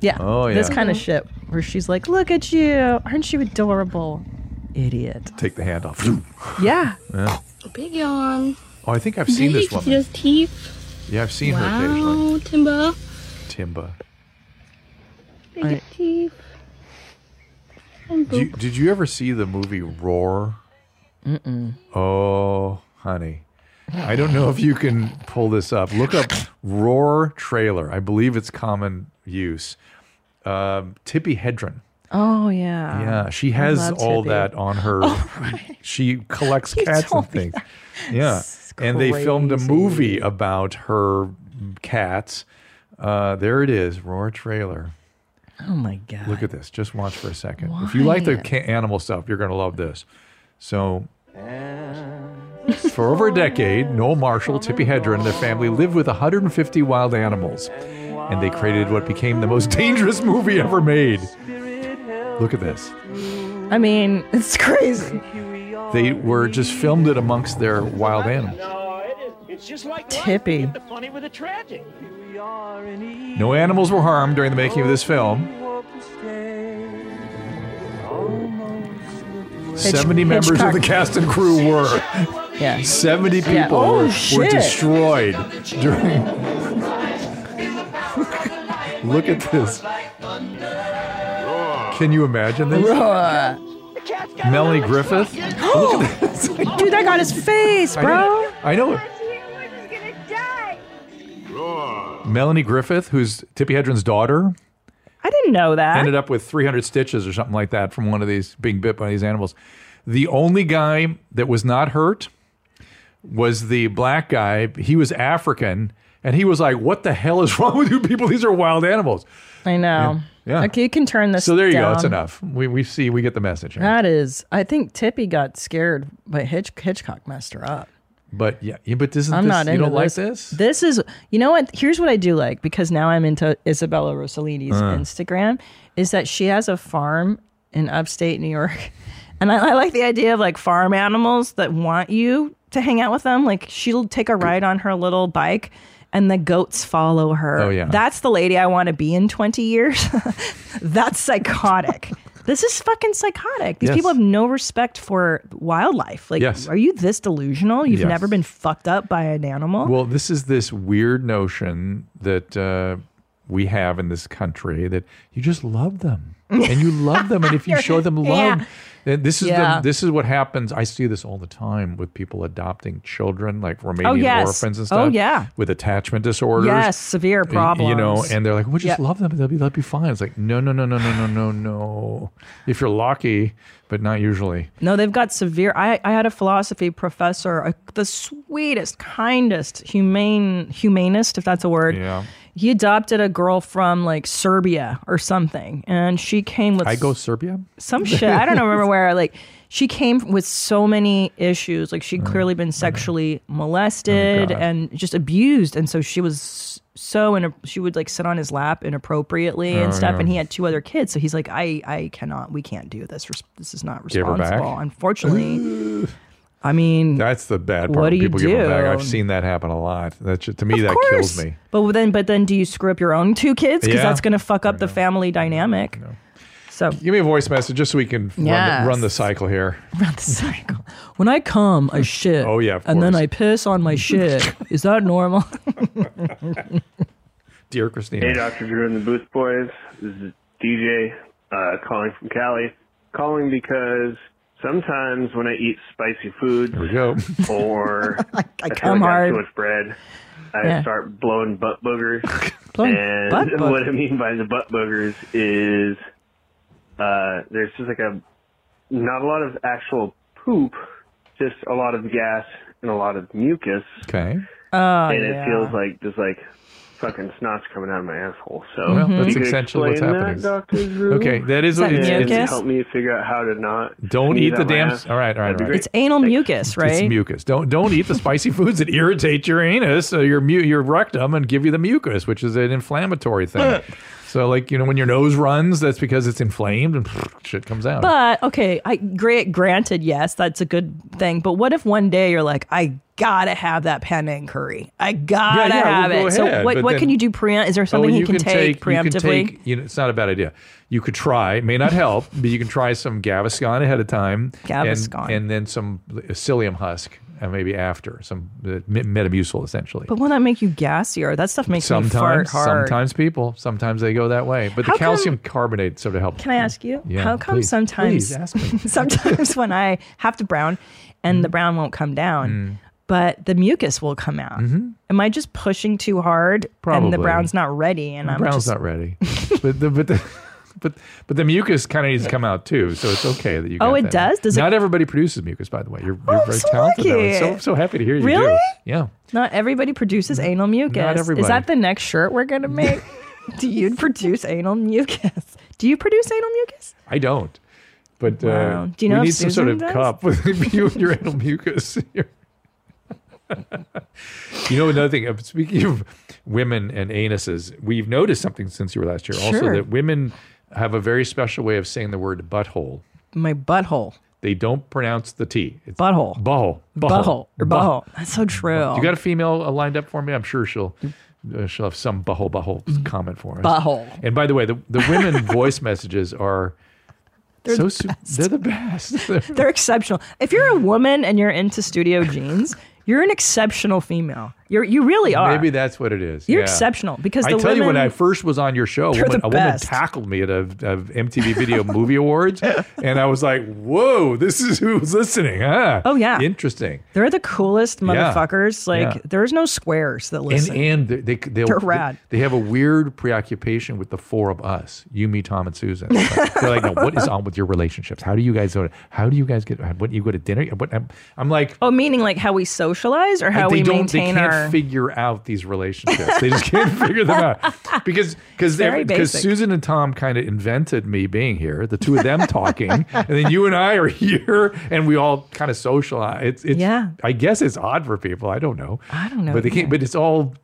S2: Yeah.
S1: Oh, yeah.
S2: This kind of shit where she's like, "Look at you! Aren't you adorable, idiot?"
S1: Take the hand off.
S2: Yeah.
S9: Big yawn.
S1: Oh, I think I've seen this
S9: Big
S1: woman.
S9: just teeth.
S1: Yeah, I've seen her occasionally.
S9: Wow, Timber.
S1: Timba.
S9: Big teeth.
S1: Do you, did you ever see the movie Roar? Mm-mm. Oh, honey. I don't know if you can pull this up. Look up Roar trailer. I believe it's common use. Um, Tippi Hedren.
S2: Oh yeah.
S1: Yeah, she has
S2: love
S1: all
S2: Tippi.
S1: that on her. she collects
S2: You
S1: cats and
S2: told me
S1: things. Yeah. And they filmed a
S2: crazy.
S1: movie about her cats. Uh, there it is, Roar trailer.
S2: Oh my god.
S1: Look at this. Just watch for a second. If you like the ca- animal stuff, you're going to love this. So, for over a decade, Noel Marshall, Tippi Hedren, and their family lived with 150 wild animals, and they created what became the most dangerous movie ever made. Look at this.
S2: I mean, it's crazy.
S1: They were just filmed it amongst their wild animals.
S10: It's just like
S2: Tippy.
S10: the funny with the tragic.
S1: No animals were harmed during the making of this film. 70 members of the
S2: Hitchcock.
S1: cast and crew were.
S2: Yeah.
S1: 70 people
S2: Yeah. Oh,
S1: were, were
S2: shit.
S1: destroyed during. Look at this. Can you imagine this? Melanie Griffith?
S2: Dude, that got his face,
S1: I know,
S2: bro.
S1: I know it. Melanie Griffith, who's Tippi Hedren's daughter,
S2: I didn't know that.
S1: ended up with 300 stitches or something like that from one of these being bit by these animals. The only guy that was not hurt was the black guy. He was African And he was like, "What the hell is wrong with you people? These are wild animals."
S2: I know.
S1: Yeah.
S2: Okay, you can turn this.
S1: So there you go.
S2: down.
S1: It's enough. We we see. We get the message. here.
S2: That is. I think Tippy got scared, but Hitch, Hitchcock messed her up.
S1: But yeah, yeah, but isn't
S2: I'm
S1: this,
S2: not
S1: you
S2: into
S1: don't
S2: this.
S1: like this?
S2: This is, you know what? Here's what I do like because now I'm into Isabella Rossellini's
S1: Uh.
S2: Instagram is that she has a farm in upstate New York. And I, I like the idea of like farm animals that want you to hang out with them. Like she'll take a ride on her little bike and the goats follow her.
S1: Oh, yeah.
S2: That's the lady I want to be in 20 years. That's psychotic. this is fucking psychotic. These
S1: Yes.
S2: people have no respect for wildlife. Like,
S1: Yes.
S2: are you this delusional? You've
S1: Yes.
S2: never been fucked up by an animal?
S1: Well, this is this weird notion that uh, we have in this country that you just love them and you love them, and if you show them love,
S2: Yeah.
S1: then this is
S2: Yeah.
S1: the, this is what happens. I see this all the time with people adopting children, like Romanian
S2: yes.
S1: orphans and stuff.
S2: Oh, yeah.
S1: with attachment disorders.
S2: Yes, severe
S1: Y-
S2: problems.
S1: You know, and they're like, "We just
S2: Yeah.
S1: love them; they'll be they'll be fine." It's like, no, no, no, no, no, no, no, no. If you're lucky, but not usually.
S2: no, they've got severe. I, I had a philosophy professor, uh, the sweetest, kindest, humane, humanist, if that's a word.
S1: Yeah.
S2: He adopted a girl from like Serbia or something, and she came with
S1: I go Serbia.
S2: some shit. I don't remember where. Like she came with so many issues. Like she'd clearly been sexually molested
S1: Mm-hmm. Oh, God.
S2: and just abused, and so she was so and she would like sit on his lap inappropriately and
S1: Oh,
S2: stuff.
S1: yeah.
S2: And he had two other kids, so he's like, I I cannot, we can't do this. Res- This is not
S1: Give her back?
S2: responsible, unfortunately. I mean,
S1: That's the bad part.
S2: What
S1: when
S2: do you
S1: people give them back.
S2: do?
S1: I've seen that happen a lot. That ju- to me that kills me.
S2: But then, but then, do you screw up your own two kids? Because
S1: Yeah.
S2: that's going to fuck up the family dynamic. So
S1: Give me a voice message just so we can run the- run,
S2: Yes.
S1: the, cycle here.
S2: around the cycle. When I come, I shit.
S1: Oh, yeah, of
S2: and then
S1: course.
S2: I piss on my shit. Is that normal?
S1: Dear Christina.
S11: Hey, Dr. Drew and the Booth Boys. This is DJ uh, calling from Cali. Calling because sometimes when I eat spicy foods
S1: we go.
S11: or I, feel
S2: come
S11: like I
S2: hard.
S11: have too much bread, I
S2: Yeah.
S11: start blowing butt boogers.
S2: Blowing
S11: and
S2: butt boogers.
S11: what I mean by the butt boogers is uh, there's just like a not a lot of actual poop, just a lot of gas and a lot of mucus
S1: Okay.
S2: Oh,
S11: and
S2: yeah.
S11: it feels like just like fucking snot's coming out of my asshole. So
S1: Well, that's
S11: you could
S1: essentially what's
S11: explain
S1: happening.
S11: That, Dr. Drew?
S1: Okay, that is what
S2: Is
S1: it's,
S2: that
S11: And
S1: it's,
S2: mucus?
S11: help me figure out how to not.
S1: Don't
S11: sneeze
S1: eat the
S11: out my
S1: damn-
S11: ass.
S1: all right, all right,
S11: That'd be
S1: all right.
S11: great.
S2: it's anal mucus,
S1: it's
S2: right?
S1: mucus. Don't don't eat the spicy foods that irritate your anus or your mu- your rectum and give you the mucus, which is an inflammatory thing. so like you know when your nose runs, that's because it's inflamed and shit comes out.
S2: But okay, I great. Granted, yes, that's a good thing. But what if one day you're like, I gotta have that penne curry. I gotta
S1: yeah, well,
S2: have
S1: go
S2: it. so
S1: ahead,
S2: what?
S1: but
S2: What
S1: then-
S2: can you do? Pre- is there
S1: Oh,
S2: something you, can, take,
S1: You can
S2: preemptively?
S1: take, you know, it's not a bad idea. You could try. It may not help, but you can try some Gaviscon ahead of time. and-
S2: Gaviscon.
S1: And, then some psyllium husk, and maybe after some uh, me- Metamucil, essentially.
S2: but will that make you gassier? That stuff makes me fart
S1: sometimes,
S2: hard.
S1: sometimes people, sometimes they go that way. But the
S2: How come-
S1: calcium carbonate sort of helps.
S2: Can I ask you?
S1: Yeah,
S2: how come
S1: please.
S2: sometimes
S1: Please, ask me. Mm.
S2: sometimes when I have to brown and the brown won't come down, but the mucus will come out. Am I just pushing too hard and
S1: Mm-hmm. Probably.
S2: the brown's not ready and I'm
S1: Brown's
S2: just
S1: not ready, but the, but the but but the mucus kind of needs to come out too, so it's okay that you.
S2: Oh,
S1: got
S2: it
S1: that.
S2: does? Does it-
S1: not everybody produces mucus, by the way. You're, you're
S2: I'm
S1: very
S2: so
S1: talented. though. I'm So
S2: lucky.
S1: so happy to hear you. do.
S2: Really?
S1: Yeah.
S2: Not everybody produces anal mucus. Is
S1: everybody.
S2: that the next shirt we're gonna make? Do you produce anal mucus? Do you produce anal mucus?
S1: I don't. But
S2: Wow.
S1: uh,
S2: Do you know
S1: we
S2: if
S1: need some sort
S2: Susan
S1: of
S2: does?
S1: cup with you and your anal mucus. you know another thing. uh, Speaking of women and anuses, we've noticed something since you were last year. Also,
S2: Sure.
S1: that women have a very special way of saying the word butthole.
S2: My butthole.
S1: They don't pronounce the T. It's
S2: Butthole.
S1: butthole.
S2: Butthole. Or
S1: Buh-
S2: butthole. That's so true.
S1: You got a female uh, lined up for me? I'm sure she'll uh, she'll have some butthole
S2: Mm-hmm.
S1: butthole comment for us.
S2: Butthole.
S1: And by the way, the, the women voice messages are so su- they're the best. They're-
S2: They're exceptional. If you're a woman and you're into studio jeans, you're an exceptional female. You're you really are.
S1: Maybe that's what it is.
S2: You're
S1: yeah.
S2: exceptional because
S1: I
S2: the
S1: tell you, when
S2: women-
S1: I first was on your show, a
S2: They're
S1: woman,
S2: the
S1: a woman
S2: best.
S1: tackled me at a, a MTV Video Movie Awards, and I was like, "Whoa, this is who's listening, huh?"
S2: Oh, yeah.
S1: interesting.
S2: They're the coolest
S1: Yeah.
S2: motherfuckers. Like
S1: Yeah.
S2: there's no squares that listen.
S1: And and they, they they'll-
S2: They're rad.
S1: They, have a weird preoccupation with the four of us, you, me, Tom, and Susan. It's like- they're like, no, what is on with your relationships? How do you guys? How do you guys get? What you go to dinner? What I'm, I'm like.
S2: oh, meaning like how we socialize or how
S1: they
S2: we
S1: don't.
S2: maintain
S1: they can't
S2: our Sure.
S1: can't figure out these relationships. They just can't figure them out because because
S2: Very
S1: because
S2: basic.
S1: Susan and Tom kind of invented me being here, the two of them talking, and then you and I are here, and we all kind of socialize. It's, it's
S2: Yeah.
S1: I guess it's odd for people. I don't know.
S2: I don't know
S1: But they can't.
S2: either.
S1: But it's all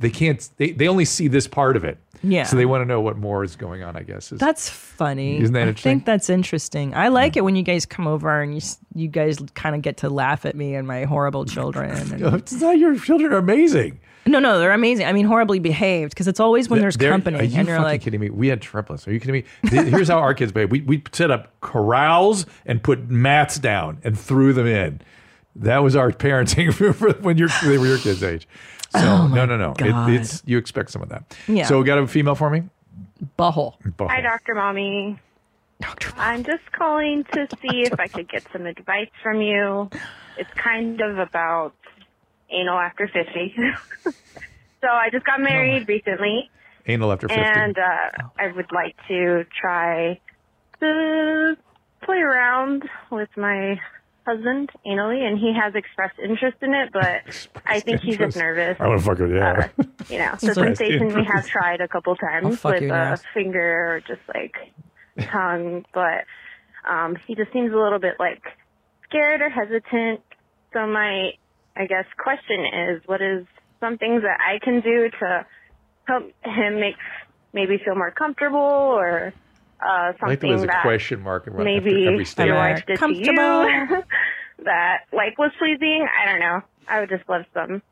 S1: they can't. They they only see this part of it.
S2: Yeah.
S1: So they want to know what more is going on. I guess is
S2: That's funny.
S1: Isn't that
S2: I
S1: interesting?
S2: think that's interesting. I like it when you guys come over and you s- you guys kind of get to laugh at me and my horrible children. and-
S1: It's not your children are amazing.
S2: no, no, they're amazing. I mean, horribly behaved because it's always when there's
S1: They're-
S2: company
S1: Are you
S2: and you're
S1: fucking
S2: like,
S1: kidding me? We had triplets. Are you kidding me? Th- Here's how our kids behaved. We we set up corrals and put mats down and threw them in. That was our parenting for, for when you're they were your kids' age. So no, no, no. It-
S2: Oh God.
S1: it's you expect some of that.
S2: Yeah.
S1: So got a female for me.
S2: butthole.
S1: Buffalo.
S9: Hi, Dr. Mommy. Dr. I'm just calling to see if I could get some advice from you. It's kind of about anal after 50. so I just
S1: Oh,
S9: got married recently,
S1: Anal after fifty.
S9: and uh, I would like to try to play around with my husband anally, and he has expressed interest in it, but I think he's
S1: interest.
S9: just nervous. Uh,
S1: I want to fuck her. Yeah.
S9: You know, the
S1: Sorry.
S9: sensation we have tried a couple times
S1: fuck
S9: with uh,
S1: you in
S9: a
S1: your ass.
S9: finger or just like tongue, but um, he just seems a little bit like scared or hesitant. So my, I guess, question is, what is some things that I can do to help him make maybe feel more comfortable or uh,
S1: I think there
S9: something
S1: was a
S9: that
S1: question mark around
S9: maybe
S1: after every
S9: your
S1: statement.
S9: wife did to you
S2: Comfortable.
S9: that like was pleasing. I don't know. I would just love some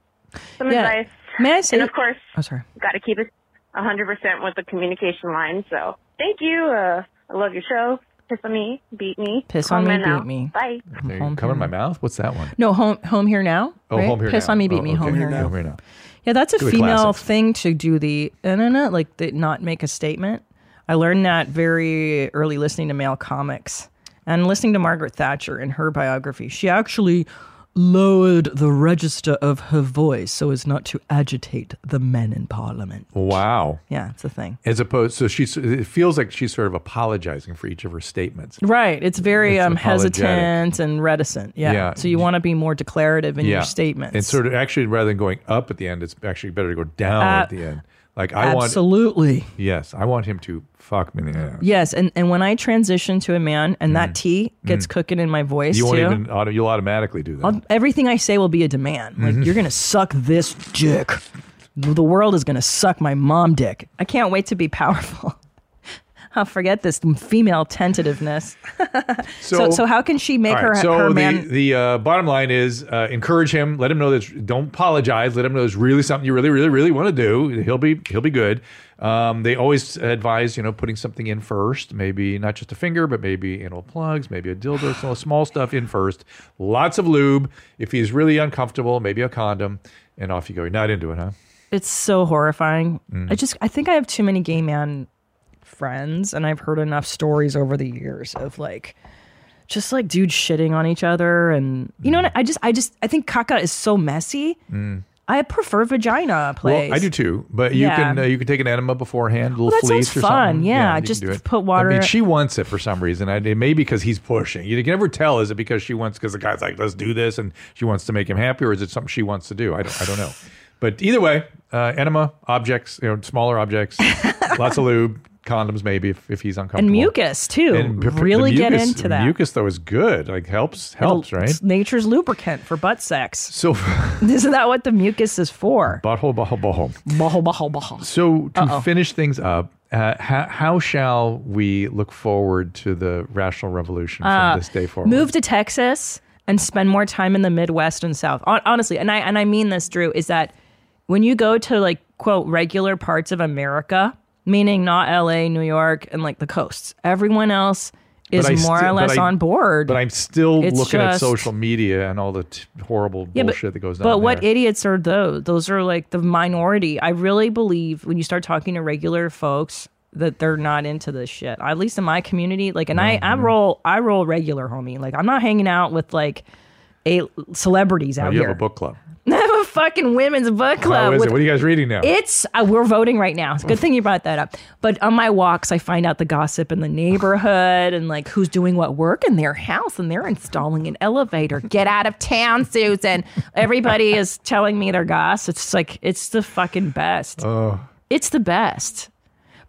S9: some
S2: Yeah.
S9: advice.
S2: May I say-
S9: and of course,
S2: Oh, sorry.
S9: got to keep it 100% with the communication line. So thank you. Uh, I love your show. Piss on me, beat me.
S2: Piss
S9: Call
S2: on me,
S9: men out.
S2: beat me.
S9: Bye.
S1: There you go. Come in my mouth. What's that one?
S2: No, home home here now.
S1: Oh,
S2: right?
S1: home here.
S2: Piss
S1: now.
S2: on me, beat
S1: Oh,
S2: me.
S1: okay.
S2: Home here
S1: Home
S2: now.
S1: here now.
S2: Yeah, that's a
S1: Good
S2: female
S1: classics.
S2: thing to do the internet, like the, not make a statement. I learned that very early listening to male comics and listening to Margaret Thatcher in her biography. She actually lowered the register of her voice so as not to agitate the men in parliament.
S1: Wow.
S2: Yeah, it's a thing.
S1: As opposed, so she's it feels like she's sort of apologizing for each of her statements.
S2: Right. It's very
S1: It's
S2: um,
S1: apologetic.
S2: hesitant and reticent. Yeah.
S1: Yeah.
S2: So you want to be more declarative in your statements.
S1: And sort of actually, rather than going up at the end, it's actually better to go down
S2: Ab-
S1: at the end. Like I want,
S2: Absolutely.
S1: yes, I want him to fuck me in the ass.
S2: Yes, and, and when I transition to a man, and that tea gets cooking in my voice
S1: Mm. You won't
S2: too.
S1: even auto, you'll automatically do that.
S2: I'll, everything I say will be a demand.
S1: Mm-hmm.
S2: Like you're gonna suck this dick. The world is gonna suck my mom dick. I can't wait to be powerful. I'll forget this female tentativeness. So, so, how can she make
S1: all
S2: her
S1: right, so
S2: her
S1: the,
S2: man?
S1: the uh, bottom line is uh, encourage him, let him know that don't apologize, let him know there's really something you really, really, really want to do. He'll be he'll be good. Um, they always advise you know putting something in first, maybe not just a finger, but maybe anal plugs, maybe a dildo, so small stuff in first. Lots of lube. If he's really uncomfortable, maybe a condom, and off you go. You're not into it, huh?
S2: It's so horrifying.
S1: Mm.
S2: I just I think I have too many gay man friends and I've heard enough stories over the years of like just like dudes shitting on each other and you
S1: Mm.
S2: know what I just I just I think caca is so messy. I prefer vagina plays.
S1: Well, I do too, but you
S2: Yeah.
S1: can uh, you can take an enema beforehand, a little
S2: Well, that sounds
S1: fleece or
S2: fun.
S1: something.
S2: Yeah,
S1: you can
S2: just
S1: do it.
S2: put water-
S1: I mean, she wants it for some reason. I, it may be because he's pushing. You can never tell. Is it because she wants? Because the guy's like, "Let's do this," and she wants to make him happy, or is it something she wants to do? I don't. I don't know. But either way, uh, enema objects, you know, smaller objects, lots of lube, condoms maybe if, if he's uncomfortable,
S2: And mucus too.
S1: And p- p- the
S2: really get
S1: mucus-
S2: into that.
S1: Mucus though is good. Like helps helps
S2: It'll-
S1: right.
S2: it's nature's lubricant for butt sex.
S1: So
S2: Isn't that what the mucus is for?
S1: butthole butthole butthole.
S2: Baho, baho, baho.
S1: So to finish things up, uh, how, how shall we look forward to the rational revolution from this day forward?
S2: Uh, move to Texas and spend more time in the Midwest and South. Hon- Honestly, and I and I mean this, Drew, is that when you go to like quote regular parts of America, meaning not L.A., New York, and like the coasts, everyone else is
S1: But I
S2: more
S1: sti-
S2: or
S1: but
S2: less
S1: I-
S2: on board.
S1: But I'm still
S2: It's
S1: looking at
S2: just-
S1: social media and all the t- horrible
S2: Yeah,
S1: bullshit that goes on.
S2: But what
S1: there.
S2: idiots are those? Those are like the minority. I really believe when you start talking to regular folks that they're not into this shit. At least in my community, like, and I,
S1: Mm-hmm.
S2: I roll, I roll regular, homie. Like, I'm not hanging out with like a celebrities out
S1: Oh, you
S2: here.
S1: have a book club.
S2: I have a fucking women's book club.
S1: How is
S2: with-
S1: it? What are you guys reading now?
S2: It's uh, we're voting right now. It's a good thing you brought that up. But on my walks, I find out the gossip in the neighborhood and like who's doing what work in their house, and they're installing an elevator. Get out of town, Susan. Everybody is telling me their goss. It's like it's the fucking best.
S1: Oh.
S2: It's the best.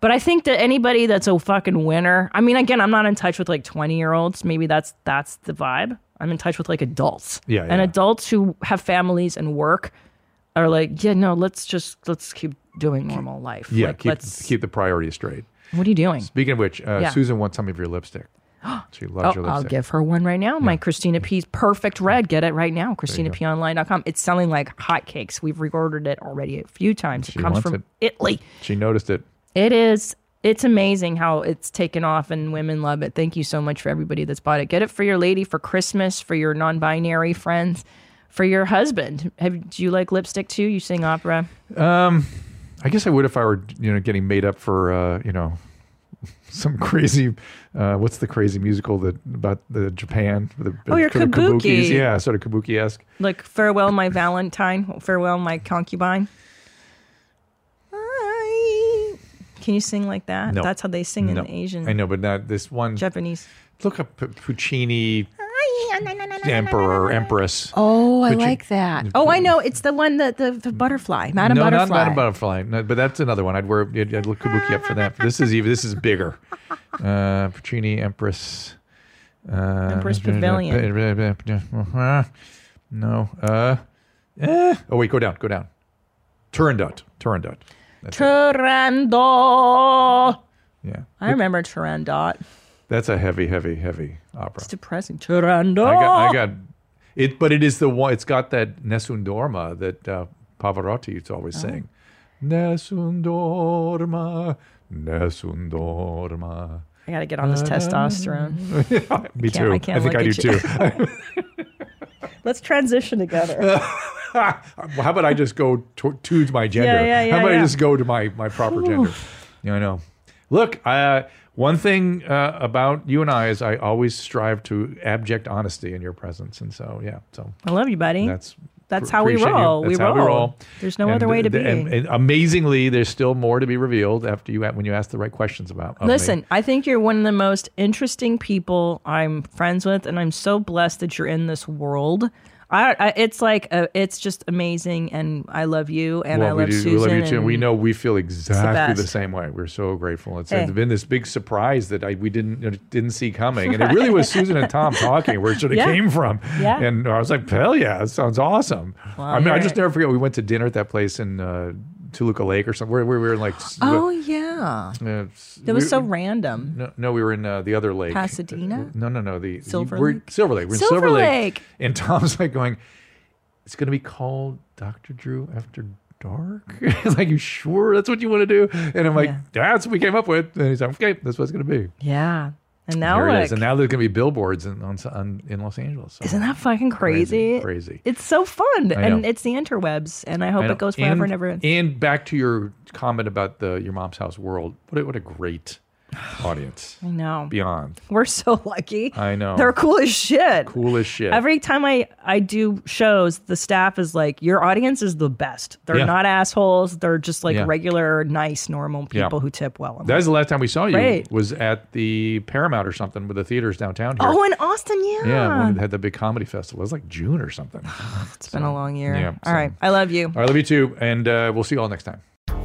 S2: But I think that anybody that's a fucking winner. I mean, again, I'm not in touch with like 20 year olds. Maybe that's that's the vibe. I'm in touch with like adults.
S1: Yeah,
S2: And
S1: yeah.
S2: adults who have families and work are like, yeah, no, let's just let's keep doing normal life.
S1: yeah,
S2: Like,
S1: keep
S2: let's.
S1: keep the priority straight.
S2: What are you doing?
S1: Speaking of which, uh,
S2: Yeah.
S1: Susan wants some of your lipstick. She
S2: Oh,
S1: loves your
S2: I'll
S1: lipstick.
S2: give her one right now. My Christina P's perfect red. Get it right now. ChristinaPOnline.com. It's selling like hotcakes. We've reordered it already a few times.
S1: She
S2: it comes
S1: wants
S2: from
S1: it.
S2: Italy.
S1: She noticed it.
S2: It is. It's amazing how it's taken off and women love it. Thank you so much for everybody that's bought it. Get it for your lady for Christmas, for your non-binary friends, for your husband. Have do you like lipstick too? You sing opera.
S1: Um, I guess I would if I were, you know, getting made up for, uh, you know, some crazy. Uh, what's the crazy musical that about the Japan? The,
S2: Oh, your
S1: sort of
S2: kabuki.
S1: Kabukis. Yeah, sort of kabuki esque.
S2: Like farewell my Valentine, farewell my concubine. Can you sing like that?
S1: No.
S2: That's how they sing
S1: No.
S2: in Asian
S1: I know, but not this one.
S2: Japanese.
S1: Look up P- Puccini, Emperor, Empress.
S2: Oh, I
S1: But you-
S2: like that. Oh, I know. It's the one that the, the butterfly, Madame
S1: no,
S2: Butterfly.
S1: not Madame Butterfly. No, but that's another one. I'd wear. I'd, I'd look kabuki up for that. This is even. This is bigger. Uh, Puccini, Empress. Uh,
S2: Empress Pavilion.
S1: No. Uh, eh. Oh wait, go down. Go down. Turandot. Turandot.
S2: Turandot.
S1: Yeah.
S2: I remember Turandot.
S1: That's a heavy, heavy, heavy opera.
S2: It's depressing. Turandot.
S1: I got, I got it, but it is the one. It's got that Nessun Dorma that uh, Pavarotti used to always
S2: Oh.
S1: sing. Nessun Dorma, Nessun Dorma.
S2: I gotta get on this testosterone.
S1: Me
S2: I can't-
S1: too.
S2: I can't
S1: think
S2: look
S1: I do
S2: at you.
S1: too.
S2: Let's transition together.
S1: Well, How about I just go to, to my gender?
S2: yeah, yeah,
S1: How about
S2: yeah.
S1: I just go to my, my proper gender? Yeah, I know. Look, uh, one thing uh, about you and I is I always strive to abject honesty in your presence, and so yeah, so
S2: I love you, buddy.
S1: That's
S2: that's
S1: pr-
S2: how we
S1: appreciate you.
S2: roll.
S1: That's
S2: we,
S1: how
S2: roll.
S1: we roll.
S2: There's no
S1: And
S2: other way to
S1: the-
S2: be.
S1: And, and amazingly, there's still more to be revealed after you when you ask the right questions about. of me.
S2: Listen, I think you're one of the most interesting people I'm friends with, and I'm so blessed that you're in this world. I, I it's like uh it's just amazing, and I love you, and
S1: Well,
S2: I love
S1: we do,
S2: Susan.
S1: We love you too.
S2: and
S1: And we know we feel exactly the,
S2: best.
S1: same way. We're so grateful. It's,
S2: Hey.
S1: it's been this big surprise that I, we didn't you know, didn't see coming, and it really was Susan and Tom talking where it sort of
S2: Yeah.
S1: came from.
S2: Yeah.
S1: And I was like, hell yeah, that sounds awesome.
S2: Well,
S1: I mean, I
S2: you're-
S1: just never forget. We went to dinner at that place in uh, Toluca Lake or something. Where where we were in like. s-
S2: Oh yeah,
S1: uh,
S2: that was
S1: we-
S2: so random.
S1: No, no, we were in uh, the other lake. Uh,
S2: Pasadena?
S1: No, no, no. The
S2: Silver
S1: we're,
S2: Lake?
S1: Silver Lake. We're in
S2: Silver
S1: Silver,
S2: Lake.
S1: And Tom's like going, "It's going to be called Doctor Drew After Dark." It's like, "You sure that's what you want to do?" And I'm like,
S2: Yeah.
S1: "That's what we came up with." And he's like, "Okay, that's what it's going to be."
S2: Yeah, and now
S1: Here
S2: look,
S1: it is. And now there's going to be billboards in on, on, in Los Angeles. So
S2: isn't that fucking crazy?
S1: crazy? Crazy.
S2: It's so fun,
S1: I know.
S2: and it's the interwebs, and I hope
S1: I know.
S2: it goes forever
S1: and
S2: and, ever.
S1: And back to your comment about the your mom's house world. What a, what a great audience.
S2: I know.
S1: Beyond.
S2: We're so lucky.
S1: I know.
S2: They're cool as shit.
S1: Cool as shit.
S2: Every time I I do shows, the staff is like, "Your audience is the best. They're
S1: Yeah.
S2: not assholes. They're just like
S1: Yeah.
S2: regular, nice, normal
S1: Yeah.
S2: people who tip well." I'm
S1: That
S2: like,
S1: was the last time we saw you.
S2: Great.
S1: Was at the Paramount or something with the theaters downtown here.
S2: oh, in Austin, yeah.
S1: yeah, when it had the big comedy festival. It was like June or something.
S2: it's been a long year.
S1: Yeah,
S2: All right, I love you.
S1: All right, love you too, and uh, we'll see you all next time.